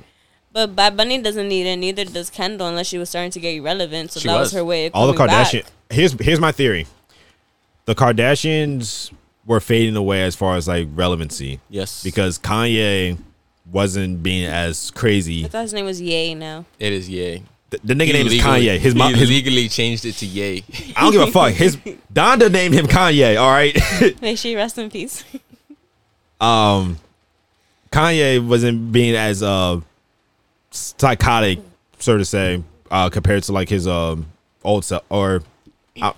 But Bad Bunny doesn't need it. Neither does Kendall, unless she was starting to get irrelevant. So
She
that was.
was.
her way. Of
all the
coming back.
Kardashian. Here's here's my theory. The Kardashians were fading away as far as like relevancy.
Yes.
because Kanye wasn't being as
I
crazy.
thought his name was Ye now.
it is Ye.
The, the nigga
He
name is
legally-
Kanye. His mom,
he
his,
legally changed it to Ye.
I don't give a fuck. His Donda named him Kanye. All right.
May she rest in peace.
um Kanye wasn't being as uh psychotic, so to say, uh compared to like his um old self or uh,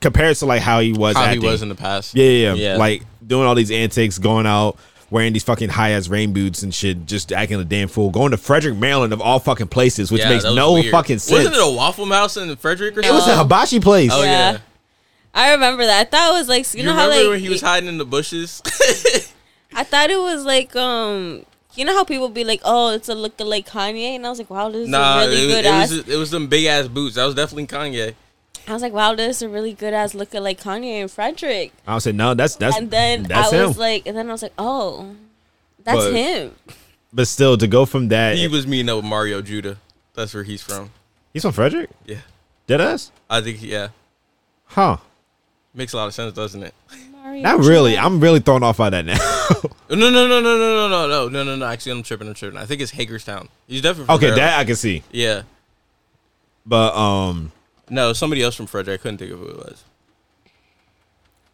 compared to like how he was
How he
acting.
was in the past.
yeah, yeah, yeah. Like doing all these antics, going out, wearing these fucking high ass rain boots and shit, just acting a damn fool. Going to Frederick, Maryland of all fucking places, which
Yeah,
makes
that was
no
weird.
fucking sense.
Wasn't it a Waffle Mouse in Frederick or
It was
something?
a hibachi place.
Oh, yeah.
Yeah. I remember that. I thought it was like you,
You,
know how
remember
like
when he was hiding in the bushes?
I thought it was like um you know how people be like oh it's a lookalike Kanye and I was like wow this is
nah,
a really
it,
good
it
ass
was it was them big ass boots. That was definitely Kanye.
I was like, wow, this is a really good ass looking like Kanye and Frederick.
I said, no, that's that's
and then I
that's him.
was like, and then I was like, oh, that's
But-
him.
but still, to go from that,
He was meeting up with Mario Judah. That's where he's from.
he's from Frederick.
Yeah,
Dead ass?
I think yeah,
Huh?
makes a lot of sense, doesn't it?
Mario
Not
Chua.
really. I'm really thrown off by that now.
No, no, no, no, no, no, no, no, no, no, no, no. Actually, I'm tripping. I'm tripping. I think it's Hagerstown. He's definitely from
okay,
Maryland.
that I can see.
yeah.
But um,
No, somebody else from Frederick. I couldn't think of who it was.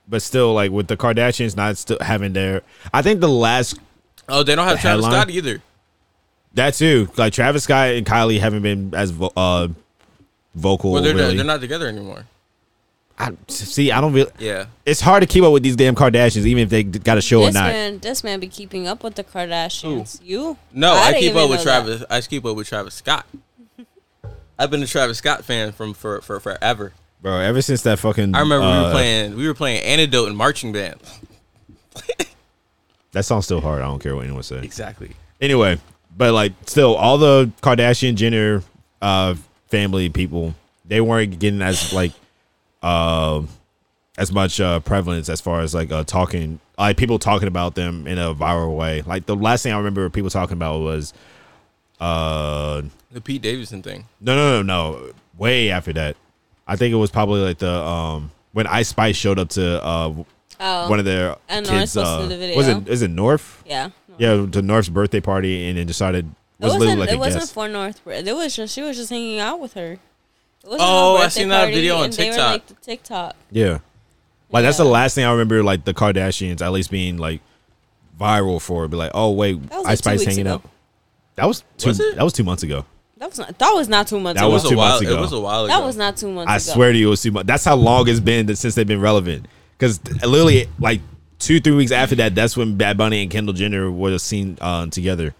but still, like with the Kardashians not still having their, I think the last
Oh, they don't have
The
Travis
headline?
Scott either.
that too, like Travis Scott and Kylie haven't been as vo- uh vocal.
Well, they're
Oh, really.
they're not together anymore.
I, see, I don't really.
Yeah.
It's hard to keep up with these damn Kardashians, even if they d- got a show
this
or not.
man, this man be keeping up with the Kardashians. You?
No, I,
didn't
keep
even
up with
know that.
Travis. I keep up with Travis Scott. I've been a Travis Scott fan from for, for forever.
Bro, ever since that fucking
I remember we
uh,
were playing we were playing Antidote and marching band.
That song's still hard. I don't care what anyone says.
Exactly.
Anyway, but like still, all the Kardashian Jenner uh, family people, they weren't getting as like uh, as much uh, prevalence as far as like uh, talking, like people talking about them in a viral way. Like the last thing I remember people talking about was, uh,
The Pete Davidson thing.
no, no, no, no, way after that. I think it was probably like the um when Ice Spice showed up to uh
Oh,
one of their
I know, I
kids.
posted
uh,
the
Was
video.
it is it North?
yeah.
Yeah, to North's birthday party, and then decided
It
was
wasn't.
literally like
it
a
wasn't
guest.
for North. It was just she was just hanging out with her. It wasn't
Oh,
her
I
birthday
seen that
party,
video on
and they were,
TikTok.
like, the TikTok.
Yeah. Like that's the
Yeah.
last thing I remember like the Kardashians at least being like viral for it. Be like, oh wait,
That was, like,
Ice
two
Spice
weeks
hanging
ago.
out. That was two
Was it?
that was two months ago.
That was not. That was not two months
That
ago.
was
a
two
while
months ago.
it was a while ago.
that was not two months
I
ago.
swear to you it was two months. That's how long it's been that- since they've been relevant. Cause literally like two, three weeks after that, that's when Bad Bunny and Kendall Jenner were seen uh, together.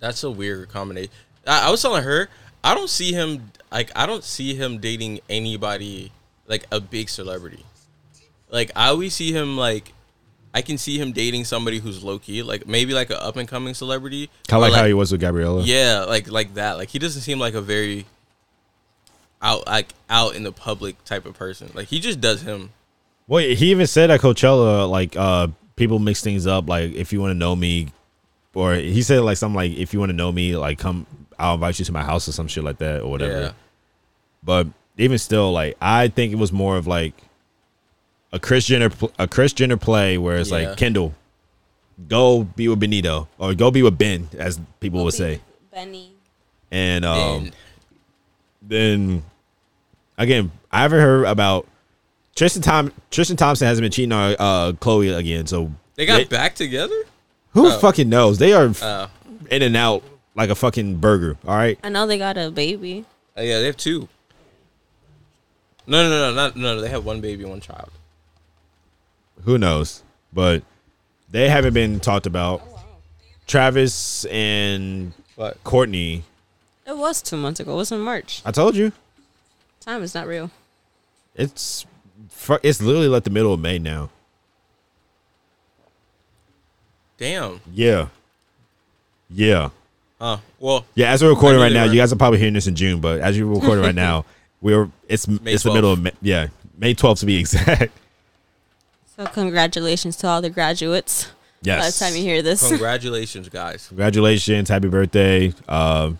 That's a weird combination. I, I was telling her, I don't see him like I don't see him dating anybody like a big celebrity. Like I always see him like I can see him dating somebody who's low key, like maybe like an up and coming celebrity.
Kinda
or,
like, how he was with Gabriella.
Oh, Yeah, like like that. Like he doesn't seem like a very out like out in the public type of person. Like he just does him.
Well, he even said at Coachella, like, uh, people mix things up. Like, if you want to know me, or he said like something like, if you want to know me, like, come, I'll invite you to my house or some shit like that or whatever.
Yeah.
But even still, like, I think it was more of like a Chris Jenner, pl- a Chris Jenner play where it's
Yeah.
like Kendall, go be with Benito or go be with Ben, as people would say,
Benny.
and um,
And-
then again, I haven't heard about Tristan Tom Tristan Thompson hasn't been cheating on uh Chloe again. So
They got
Yeah.
back together?
who fucking knows? They are f-
Oh.
in and out like a fucking burger. All right.
I know they got a baby.
Oh, yeah, they have two. No, no, no, no, not, no, no. They have one baby, one child.
Who knows? But they haven't been talked about. Travis and
But
Courtney.
It was two months ago. It was in March.
I told you.
Time is not real.
It's fu- it's literally like the middle of May now.
damn.
Yeah. Yeah.
Huh. Well,
Yeah, as we're recording
knew
right
they
now,
were.
you guys are probably hearing this in June, but as you're recording right now, we're it's it's the
12th.
middle of May, yeah May 12th to be exact.
So congratulations to all the graduates.
Yes.
By the time you hear this,
congratulations, guys.
Congratulations, happy birthday, uh,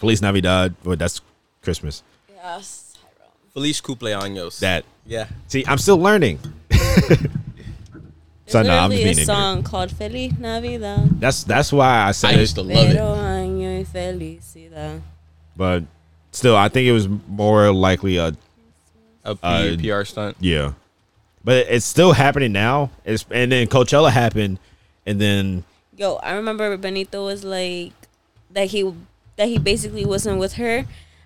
Feliz Navidad. Well, that's Christmas.
yes, Tyrone.
Feliz cumpleaños.
That
Yeah.
see, I'm still learning. so
There's
no, I'm just
literally
being
a
ignorant.
song called Feliz Navidad.
That's that's why I said
I
it.
used to love it.
Pero año y felicidad.
but still, I think it was more likely a
A
Uh,
P- PR stunt.
Yeah, but it's still happening now. It's and then Coachella happened, and then
Yo, I remember Benito was like that he that he basically wasn't with her,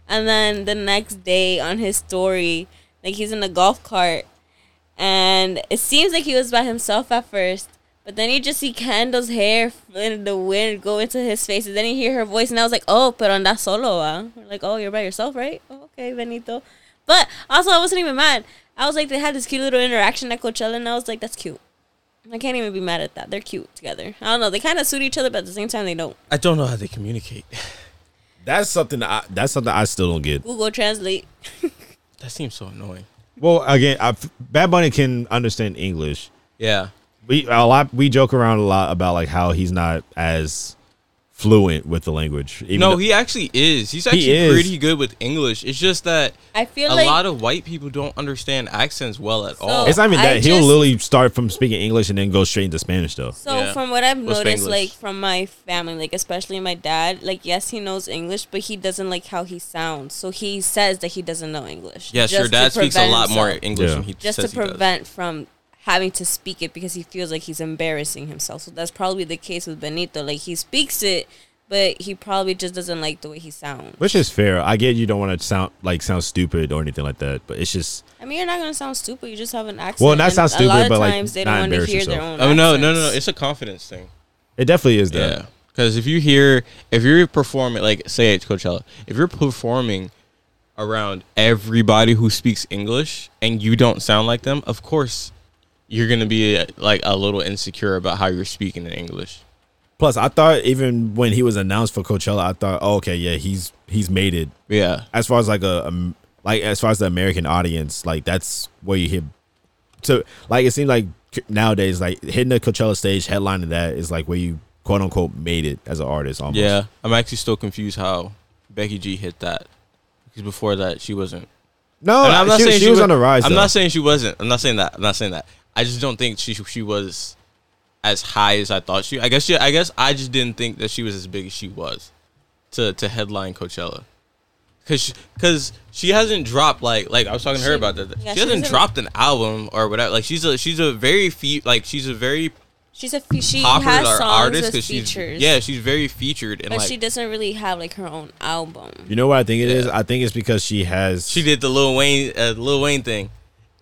and then the next day on his story, like he's in a golf cart, and it seems like he was by himself at first, but then you just see Kendall's hair in the wind go into his face, and then you hear her voice, and I was like, oh, pero andas solo, ah? like oh, you're by yourself, right? Oh, okay, Benito. But also, I wasn't even mad. I was like, they had this cute little interaction at Coachella, and I was like, that's cute. I can't even be mad at that. They're cute together. I don't know. They kind of suit each other, but at the same time, they don't.
I don't know how they communicate.
That's something I, that's something I still don't get.
Google Translate.
That seems so annoying.
Well, again, I, Bad Bunny can understand English.
Yeah.
We a lot we joke around a lot about like how he's not as fluent with the language. even
No,
though-
he actually is. He's actually
is.
pretty good with English. It's just that
I feel
a
like
lot of white people don't understand accents well at all.
It's not even
I
that. He'll
just-
literally start from speaking English and then go straight into Spanish, though.
So
Yeah.
from what I've
Or
noticed,
Spanglish.
like from my family, like especially my dad, like yes, he knows English, but he doesn't like how he sounds. So he says that he doesn't know English.
yes, your
just to
dad speaks a
prevent
lot more
himself-
English
Yeah.
than he
Just to
says he does.
prevent from having to speak it because he feels like he's embarrassing himself. So that's probably the case with Benito. Like he speaks it, but he probably just doesn't like the way he sounds.
Which is fair. I get you don't want to sound like sound stupid or anything like that, but it's just
I mean, you're not gonna sound stupid. You just have an accent.
Well, not
and
sound
A lot
stupid,
of
but, like,
times they
not
don't want to
embarrass
hear their
yourself.
own.
Oh no, no, no, no!
accents.
It's a confidence thing.
it definitely is that.
Yeah, because if you hear, if you're performing, like say at Coachella, if you're performing around everybody who speaks English and you don't sound like them, of course you're gonna be uh, like a little insecure about how you're speaking in English.
Plus, I thought even when he was announced for Coachella, I thought, oh, okay, yeah, he's he's made it.
Yeah,
As far as like a um, like as far as the American audience, like that's where you hit. So like it seems like c- nowadays, like hitting the Coachella stage, headlining that is like where you quote unquote made it as an artist. Almost.
yeah. I'm actually still confused how Becky G hit that because before that she wasn't.
No,
And I'm not
she,
saying
she was
wa-
on the rise.
I'm
though.
not saying she wasn't. I'm not saying that. I'm not saying that. I just don't think she she was as high as I thought she. I guess she. I guess I just didn't think that she was as big as she was to to headline Coachella. Cause, she, Cause she hasn't dropped like like I was talking to her
She-
about that.
yeah,
she
she
hasn't
doesn't-
dropped an album or whatever. Like she's a she's a very few like she's a very
She's a fe- she has
popular
songs
artist
with
because she's
features.
yeah she's very featured and
but
like
she
she,
doesn't really have like her own album.
You know what I think it is?
Yeah.
I think it's because she has
did the Lil Wayne uh, Lil Wayne thing.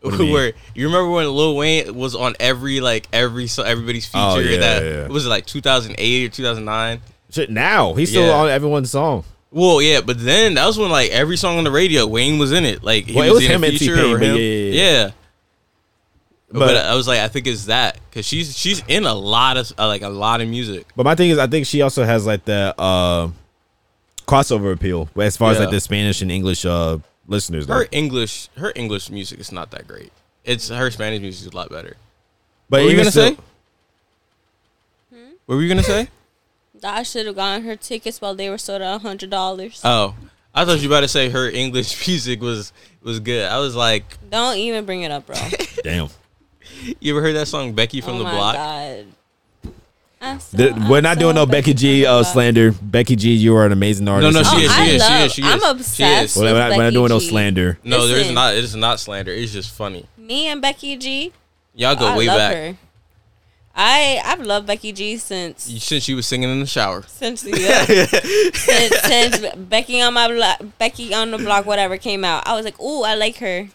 What do you mean?
where you remember when Lil Wayne was on every like every so everybody's feature
Oh, yeah,
that
yeah, yeah.
was it like 2008 or 2009
Shit, now. He's still
Yeah.
on everyone's song.
well yeah but then that was when like every song on the radio Wayne was in it like he
Well, it was
in a
him and
feature
T-Pain,
or
but yeah, yeah, yeah.
Yeah. But,
But-
I was like I think it's that cuz she's she's in a lot of uh, like a lot of music
But my thing is, I think she also has like that uh, crossover appeal as far as
Yeah.
like the Spanish and English uh, listeners. Though.
her English her English music is not that great it's her Spanish music is a lot better
But
what were you
even
gonna
still-
say what were you gonna say
I should have gotten her tickets while they were sold at hundred dollars.
Oh, I thought you about to say her English music was was good. I was like,
Don't even bring it up, bro.
damn,
you ever heard that song Becky from
oh
the
my
Block?
god. I'm so-
The- we're
I'm
not
so
doing no
bad
Becky
at
G
the
uh,
block.
slander. Becky G, you are an amazing
No,
artist.
no, she is,
Oh, I
she is, she
love-
is, she is.
I'm
She
obsessed.
is.
Well, we're not, we're not
Becky
doing no
G.
slander.
No, there's
Listen.
not. It is not slander. It's just funny.
Me and Becky G.
Y'all go
I
way
love
back
her. I I've loved Becky G since
since she was singing in the shower.
since yeah, since, since Becky on my block, Becky on the block, whatever came out. I was like, ooh, I like her.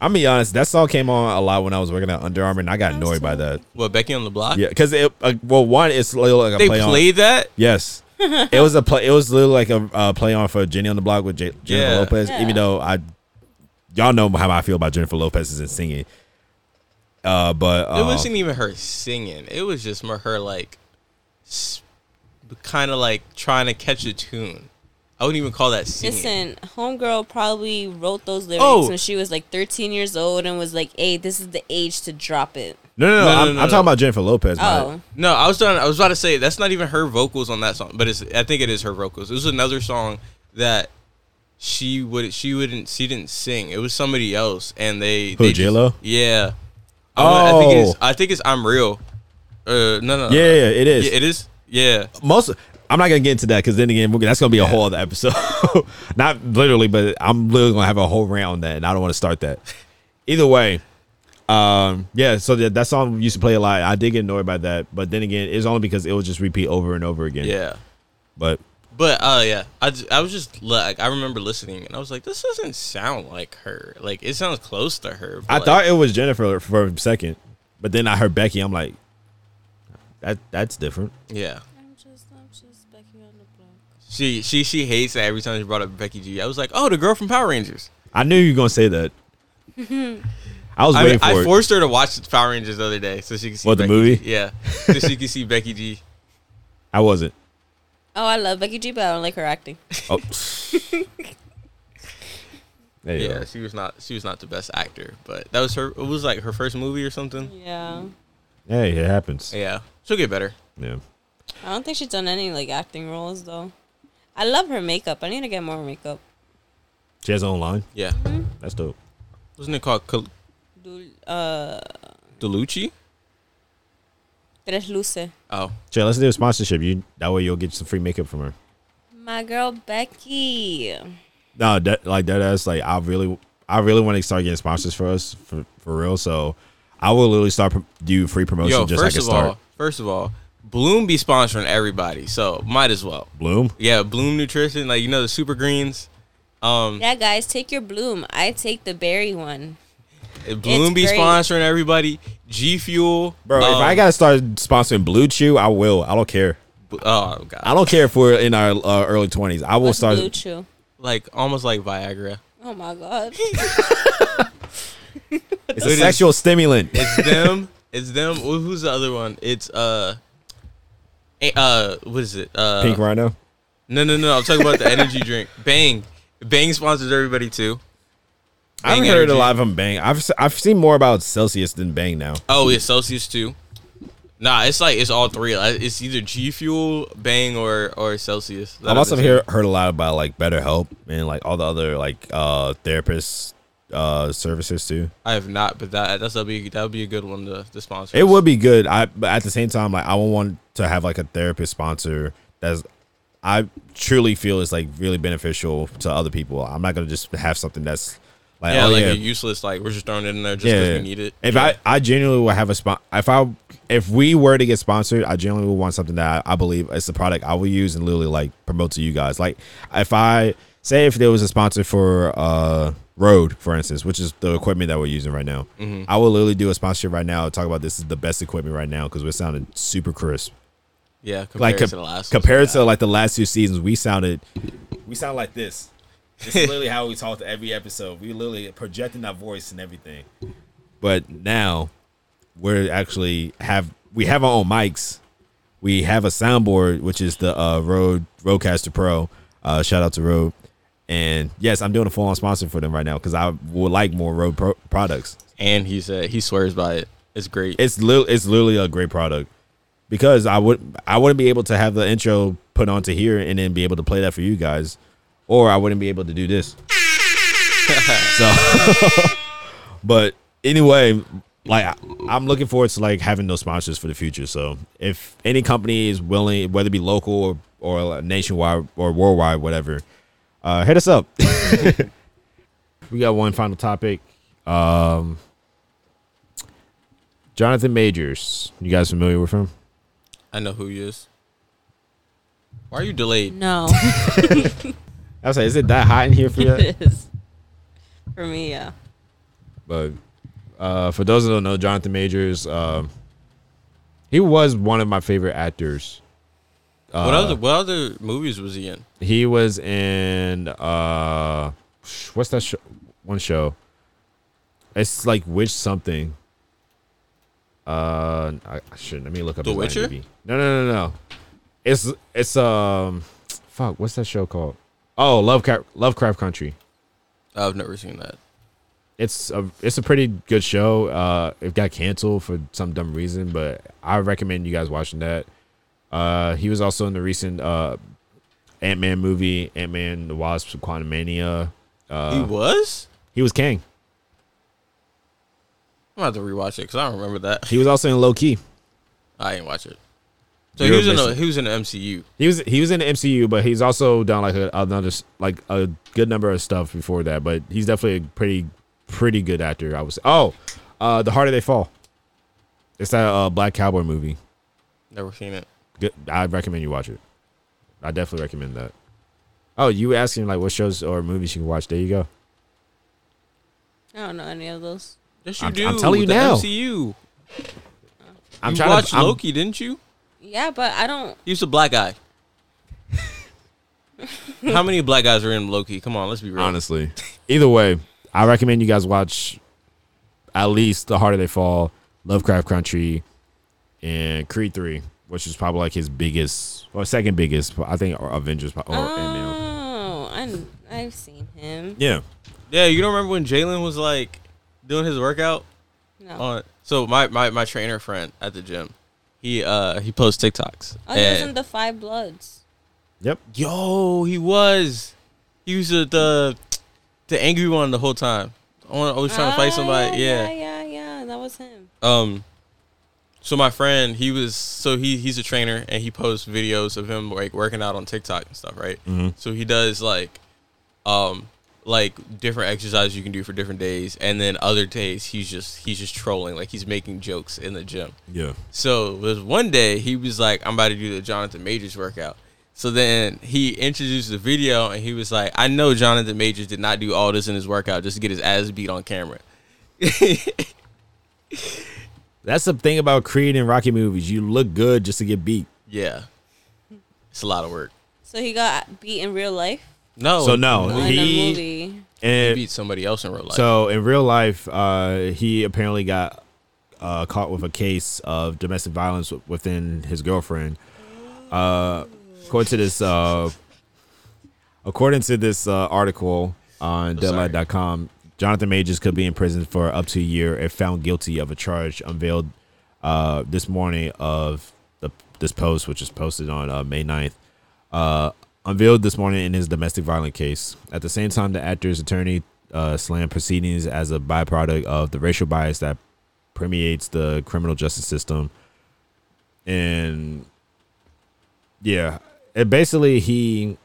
I'm gonna be honest. That song came on a lot when I was working at Under Armour, and I got annoyed by that.
What Becky on the Block?
Yeah, because it. Uh, well, one, it's little like a
they
play on.
played that.
Yes. it was a play. It was literally like a uh, play on for Jenny on the Block with J- Jennifer
Yeah.
Lopez.
Yeah.
Even though I, y'all know how I feel about Jennifer Lopez and singing. Uh, but
It
uh,
wasn't even her singing. It was just more her like, kind of like trying to catch a tune. I wouldn't even call that singing.
Listen, homegirl probably wrote those lyrics
Oh.
when she was like 13 years old and was like, "Hey, this is the age to drop it."
no, no, no,
No, no,
I'm,
no, no,
I'm
no.
talking about Jennifer Lopez. my-
Oh,
No, I was done. I was about to say that's not even her vocals on that song, but it's. I think it is her vocals. It was another song that she would. She wouldn't. She didn't sing. It was somebody else, and they.
Who,
they just-
J-Lo?
Yeah. I wa- I think it's.
Oh.
I think it's. I'm real. Uh, no, no. no.
yeah, yeah, it is.
Yeah, it is. Yeah.
Most. I'm not gonna get into that because then again, we're- that's gonna be a whole other episode. not literally, but I'm literally gonna have a whole rant on that, and I don't want to start that. Either way, um, yeah. So that, that song used to play a lot. I did get annoyed by that, but then again, it's only because it was just repeat over and over again.
Yeah.
But
But oh yeah, I, j- I was just like I remember listening and I was like this doesn't sound like her. Like it sounds close to her. but,
I
like,
thought it was Jennifer for a second, but then I heard Becky. I'm like, that that's different.
yeah.
I'm just, I'm just Becky on the block.
She she she hates that every time she brought up Becky G. I was like oh the girl from Power Rangers.
I knew you were gonna say that. I was
I,
waiting
I
for it.
forced her to watch Power Rangers the other day so she could see
What, the
Becky
movie?
G. Yeah, so she could see Becky G.
I wasn't.
Oh, I love Becky G, but I don't like her acting.
Oh. there you
Yeah,
go.
she was not she was not the best actor, but that was her. It was like her first movie or something.
Yeah.
Hey, it happens.
Yeah, she'll get better.
Yeah.
I don't think she's done any like acting roles though. I love her makeup. I need to get more makeup.
She has her own line.
Yeah.
That's dope.
Wasn't it called Col-
Do uh
Delucci?
Tres Luce.
Oh.
Shay, let's do a sponsorship. You that way you'll get some free makeup from her.
My girl Becky.
No, that, like that ass. Like I really, I really want to start getting sponsors for us for, for real. So I will literally start pro- do free promotion
Yo,
Oh, just like
first
a
of
start.
all, first of all, Bloom be sponsoring everybody, so might as well.
Bloom.
Yeah, Bloom Nutrition, like you know the super greens. Um,
Yeah, guys, take your bloom. I take the berry one.
Bloom be
great.
sponsoring everybody. G Fuel,
Bro, if
um,
I gotta start sponsoring Blue Chew, I will. I don't care.
b- oh god,
I don't care if we're in our uh, early twenties. I will
What's
start.
Blue Chew?
like almost like Viagra.
Oh my god.
It's a sexual stimulant.
It's them. It's them. Who- Who's the other one? It's uh, a- uh, what is it? Uh,
Pink Rhino.
No, no, no. I'm talking about the energy drink. Bang, Bang sponsors everybody too.
I haven't
Bang
heard a
Energy.
lot from Bang. I've se- I've seen more about Celsius than Bang now.
Oh, yeah, Celsius too. Nah, it's like it's all three. Like, It's either G Fuel, Bang, or or Celsius. That
I've also
other
hear, heard a lot about like BetterHelp and like all the other like uh therapists uh services too.
I have not, but that that's that'll be that'll be a good one to, to sponsor.
It would be good. I but at the same time, like I would want to have like a therapist sponsor that's I truly feel is like really beneficial to other people. I'm not gonna just have something that's like
yeah,
oh,
like
yeah,
a useless. Like we're just throwing it in there just because we need it.
If
Yeah.
I, I genuinely would have a spot. If I, if we were to get sponsored, I genuinely would want something that I, I believe is the product I will use and literally like promote to you guys. Like if I say if there was a sponsor for uh Road, for instance, which is the equipment that we're using right now,
Mm-hmm.
I will literally do a sponsorship right now. Talk about this is the best equipment right now because we're sounding super crisp.
yeah, compared
Like
to
com-
the last
compared to like the last two seasons, we sounded
We sound like this. This is literally how we talk to every episode. We literally projecting our voice and everything.
but now we're actually have we have our own mics. We have a soundboard, which is the uh, Rode Rodecaster Pro. Uh, shout out to Rode. And yes, I'm doing a full on sponsor for them right now because I would like more Rode pro- products.
and he said he swears by it. It's great.
It's li- it's literally a great product because I would I wouldn't be able to have the intro put onto here and then be able to play that for you guys, or I wouldn't be able to do this. so, but anyway, like I- I'm looking forward to like having those sponsors for the future. So if any company is willing, whether it be local or, or nationwide or worldwide, whatever, uh, hit us up. we got one final topic. Jonathan Majors. You guys familiar with him?
I know who he is. Why are you delayed?
no.
I was like, is it that hot in here for you?
It is. For me, yeah.
but uh, for those that don't know, Jonathan Majors, um, he was one of my favorite actors.
what
Uh,
other what other movies was he in?
He was in uh, sh- what's that show? One show. It's like Witch something. Uh, I, I should let me look up
The
his
Witcher?
IMDb. No, no, no, no. It's it's um, fuck. What's that show called? Oh, Lovecraft Lovecraft Country.
I've never seen that.
it's a it's a pretty good show. Uh, it got canceled for some dumb reason, but I recommend you guys watching that. Uh, he was also in the recent uh, Ant Man movie, Ant Man the Wasp, Quantumania. uh,
he was.
He was Kang.
I'm gonna have to rewatch it because I don't remember that.
He was also in Low Key.
I didn't watch it. So
You're
he was in the
missing-
he was in the MCU.
He was he was in the MCU, but he's also done like a, another s- like a good number of stuff before that. But he's definitely a pretty pretty good actor. I was oh, uh, the harder they fall. It's that uh, black cowboy movie.
Never seen it.
good. I recommend you watch it. I definitely recommend that. Oh, you were asking like what shows or movies you can watch? There you go.
I don't know any of those.
Yes, you
I'm-
do.
I'm telling you
the
now.
MCU.
I'm
you
trying
watched
to. I'm-
Loki, didn't you?
Yeah, but I don't.
He was a black guy. How many black guys are in Loki? Come on, let's be real.
honestly, either way, I recommend you guys watch at least The Harder They Fall, Lovecraft Country, and Creed Three, which is probably like his biggest or second biggest. I think or Avengers pro- or Ant-Man.
Um.
Oh, I I've seen him.
Yeah,
Yeah, you don't remember when Jalen was like doing his workout?
No.
Oh, on so my, my my trainer friend at the gym He uh he posts TikToks.
Oh, he was
and-
in the Five Bloods.
Yep.
Yo, he was. He was uh, the the angry one the whole time. I wa- always trying to fight
Ah,
somebody. Yeah.
yeah, yeah, yeah. That was him.
Um. So my friend, he was so he he's a trainer and he posts videos of him like working out on TikTok and stuff, right? So he does like, um, like different exercises you can do for different days, and then other days he's just he's just trolling, like he's making jokes in the gym.
Yeah.
So there's one day he was like, I'm about to do the Jonathan Majors workout. So then he introduced the video and he was like, I know Jonathan Majors did not do all this in his workout just to get his ass beat on camera.
That's the thing about creating Rocky movies. You look good just to get beat.
Yeah. It's a lot of work.
So he got beat in real life
No.
So no,
in the
he
movie.
He
and
beat somebody else in real life.
so in real life, uh, he apparently got uh, caught with a case of domestic violence w- within his girlfriend. Uh, according to this, uh, according to this uh, article on
Oh, sorry.
Deadline.com, Jonathan Majors could be in prison for up to a year if found guilty of a charge unveiled uh, this morning of the this post, which is posted on uh, May 9th, uh, unveiled this morning in his domestic violence case. At the same time, the actor's attorney uh, slammed proceedings as a byproduct of the racial bias that permeates the criminal justice system. And yeah, and basically he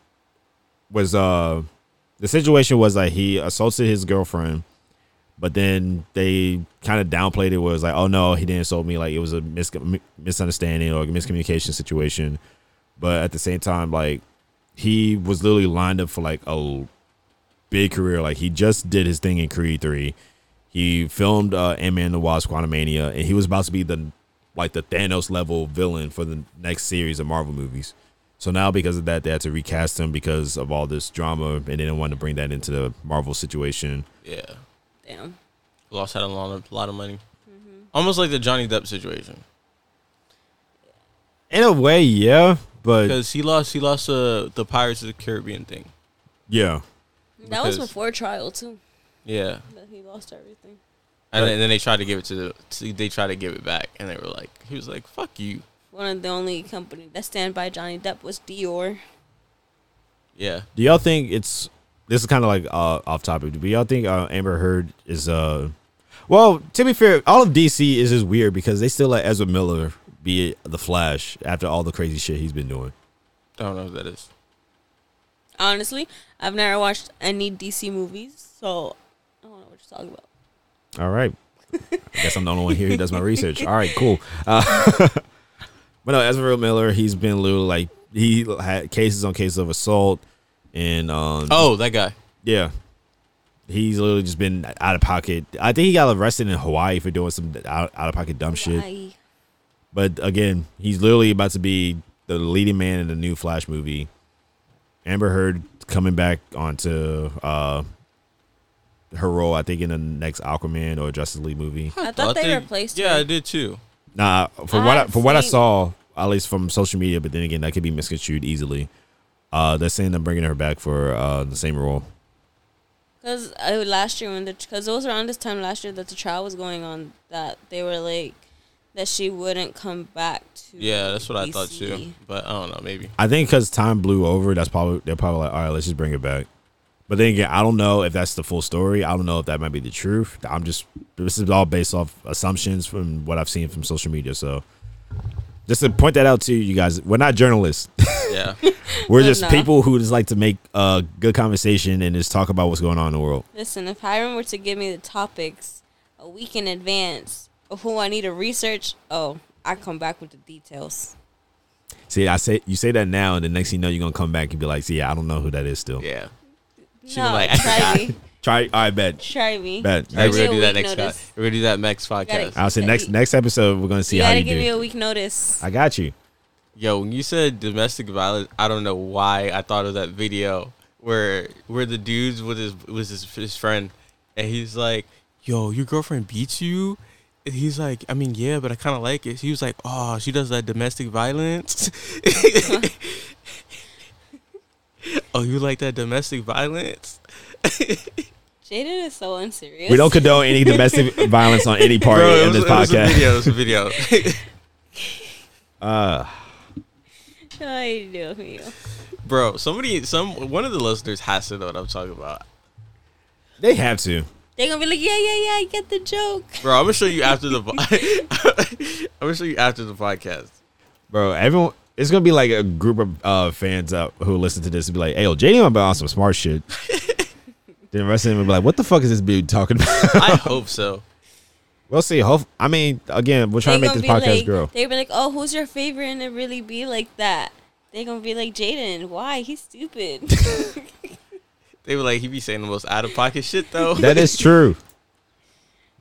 was uh the situation was like he assaulted his girlfriend, but then they kind of downplayed it. Where it was like, oh no, he didn't assault me. Like it was a mis- misunderstanding or miscommunication situation. But at the same time, like he was literally lined up for like a big career. Like he just did his thing in Creed Three. He filmed uh, Ant Man the Wasp: Quantumania, and he was about to be the like the Thanos level villain for the next series of Marvel movies. So now because of that, they had to recast him because of all this drama, and they didn't want to bring that into the Marvel situation.
yeah.
Damn.
Lost out on a lot of, lot of money. Almost like the Johnny Depp situation.
In a way, yeah, but
Because he lost he lost uh, the Pirates of the Caribbean thing.
yeah,
That was
Because-
before trial too.
Yeah.
That he lost everything.
And then, then they tried to give it to the to- they tried to give it back and they were like he was like, Fuck you.
One of the only company that stand by Johnny Depp was Dior.
Yeah.
do y'all think it's this is kind of like uh, off topic? Do y'all think uh, Amber Heard is uh, well, to be fair, all of DC is just weird because they still let Ezra Miller be the Flash after all the crazy shit he's been doing.
I don't know what that is.
Honestly, I've never watched any DC movies, so I don't know what you're talking about.
All right. I guess I'm the only one here who does my research. All right, cool. Uh, but no, Ezra Miller, he's been literally like he had cases on cases of assault, and um,
Oh, that guy.
yeah, he's literally just been out of pocket. I think he got arrested in Hawaii for doing some out, out of pocket dumb Oh, shit.
Why?
But again, he's literally about to be the leading man in the new Flash movie. Amber Heard coming back onto uh, her role, I think, in the next Aquaman or Justice League movie.
I thought they replaced
Yeah,
her.
I did too.
Nah, from
I
what I,
haven't
from what I
seen-
saw, at least from social media, but then again, that could be misconstrued easily. Uh, they're saying they're bringing her back for uh, the same role.
Because uh, last year, when the because it was around this time last year that the trial was going on, that they were like that she wouldn't come back to.
Yeah, that's what I thought
DC.
too. But I don't know, maybe.
I think because time blew over, that's probably they're probably like, all right, let's just bring it back. But then again, I don't know if that's the full story. I don't know if that might be the truth. I'm just this is all based off assumptions from what I've seen from social media. So just to point that out to you guys, we're not journalists.
Yeah.
we're just
No.
people who just like to make uh, good conversation and just talk about what's going on in the world.
Listen, if Hiram were to give me the topics a week in advance of who I need to research, oh, I come back with the details.
See, I say you say that now, and the next thing you know, you're gonna come back and be like, "See, I don't know who that is." Still,
yeah. She
no,
like, I
try me,
try. All right, bet,
try me.
bet.
All right,
Next,
we're gonna do that
Give me a
next
week notice.
podcast. We're gonna do that next podcast.
I'll say next next episode. We're gonna see
you
how
gotta
you
give
do.
me a week notice.
I got you.
Yo, when you said domestic violence, I don't know why I thought of that video where where the dudes with his was his, his friend, and he's like, "Yo, your girlfriend beats you." And he's like, "I mean, yeah, but I kind of like it." He was like, "Oh, she does that domestic violence." oh, you like that domestic violence?
Jaden is so unserious.
We don't condone any domestic violence on any party
Bro, it
in this
was- it was a
podcast.
video. It was a video.
Uh,
I do you.
bro. Somebody, some one of the listeners has to know what I'm talking about,
They have to.
They're gonna be like, yeah, yeah, yeah, I get the joke.
bro. I'm gonna show you after the. po- I'm gonna show you after the podcast.
Bro, everyone it's gonna be like a group of uh, fans out who listen to this and be like, hey yo, JD about on some smart shit. then the rest of them will be like, what the fuck is this dude talking about?
I hope so.
we'll see. Hope I mean, again, we're trying
They
to
gonna
make this
be
podcast
like,
grow.
They're gonna be like, oh, who's your favorite? And it really be like that. They're gonna be like, Jaden, why? He's stupid.
They were like, he be saying the most out of pocket shit though.
That is true.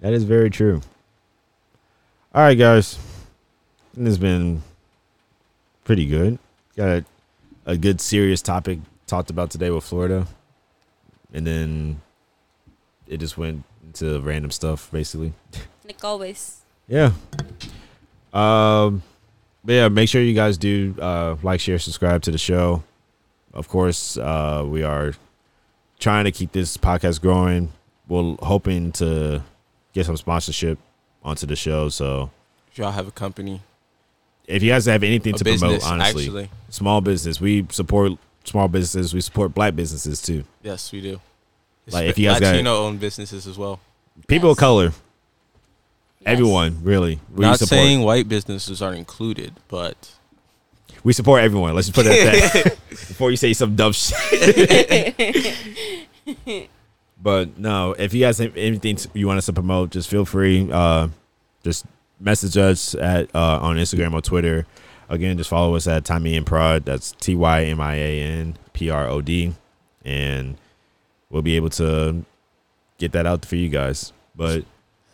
That is very true. All right, guys. This has been pretty good. Got a, a good serious topic talked about today with Florida. And then it just went into random stuff basically.
like always.
Yeah. Um but yeah, make sure you guys do uh like, share, subscribe to the show. Of course, uh we are trying to keep this podcast growing. We're hoping to get some sponsorship onto the show. So
Y'all have a company,
if you guys have anything
a
to
business.
promote, honestly.
Actually,
Small business. We support small businesses, we support black businesses too.
yes, we do.
Like, if you guys got-
Latino owned businesses as well.
People
Yes.
of color.
Yes.
Everyone, really. We
Not
support
saying white businesses aren't included, but
we support everyone. Let's just put it at that. Before you say some dumb shit. But no, if you guys have anything t- you want us to promote, just feel free. Uh, just message us at uh, on Instagram or Twitter. Again, just follow us at Tommy and Prod. That's T Y M I A N P R O D, and we'll be able to get that out for you guys. But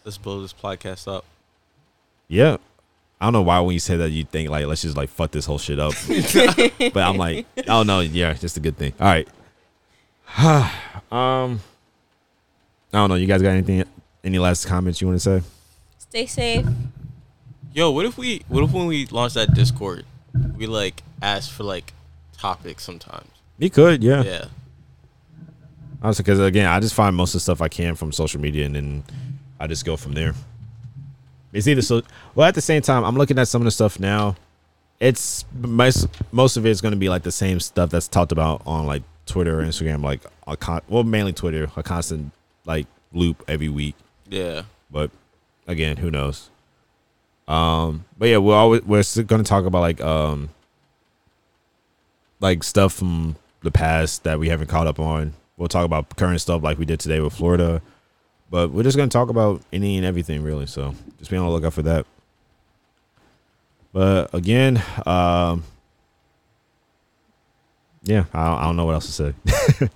let's blow this podcast up.
yeah, I don't know why when you say that you think like let's just like fuck this whole shit up, but I'm like, oh no, yeah, it's just a good thing. All right. um, I don't know. You guys got anything? Any last comments you want to say?
Stay safe.
Yo, what if we? What if when we launch that Discord, we like ask for like topics sometimes?
You could, yeah.
Yeah,
Honestly, because again, I just find most of the stuff I can from social media, and then I just go from there. It's either so. Well, at the same time, I'm looking at some of the stuff now. It's most most of it's going to be like the same stuff that's talked about on like Twitter or Instagram, like a con. Well, mainly Twitter, a constant like loop every week.
yeah.
But again, who knows? Um, but yeah, we're always we're going to talk about like um like stuff from the past that we haven't caught up on. We'll talk about current stuff like we did today with Florida, but we're just going to talk about any and everything really. So just be on the lookout for that. But again, um, yeah, I, I don't know what else to say.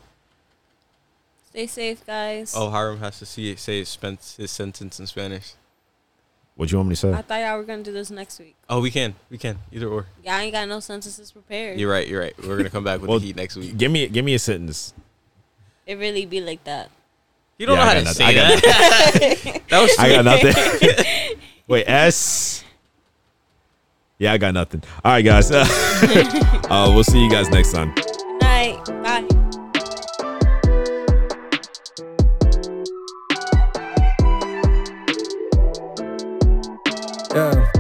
Stay safe, guys.
Oh, Hiram has to see it, say his, spen- his sentence in Spanish.
what you want me to
I
say?
thought y'all were gonna do this next week.
Oh, we can, we can, either or.
Y'all ain't got no sentences prepared.
You're right, you're right. We're gonna come back with
Well,
the heat next week.
Give me give me a sentence.
It really be like that.
You don't
Yeah,
know
I
how to
got
say
nothing. I got
that. that was
I got nothing. Wait, S. Yeah, I got nothing. All right, guys. uh, we'll see you guys next time.
Good night. Bye.
Yeah.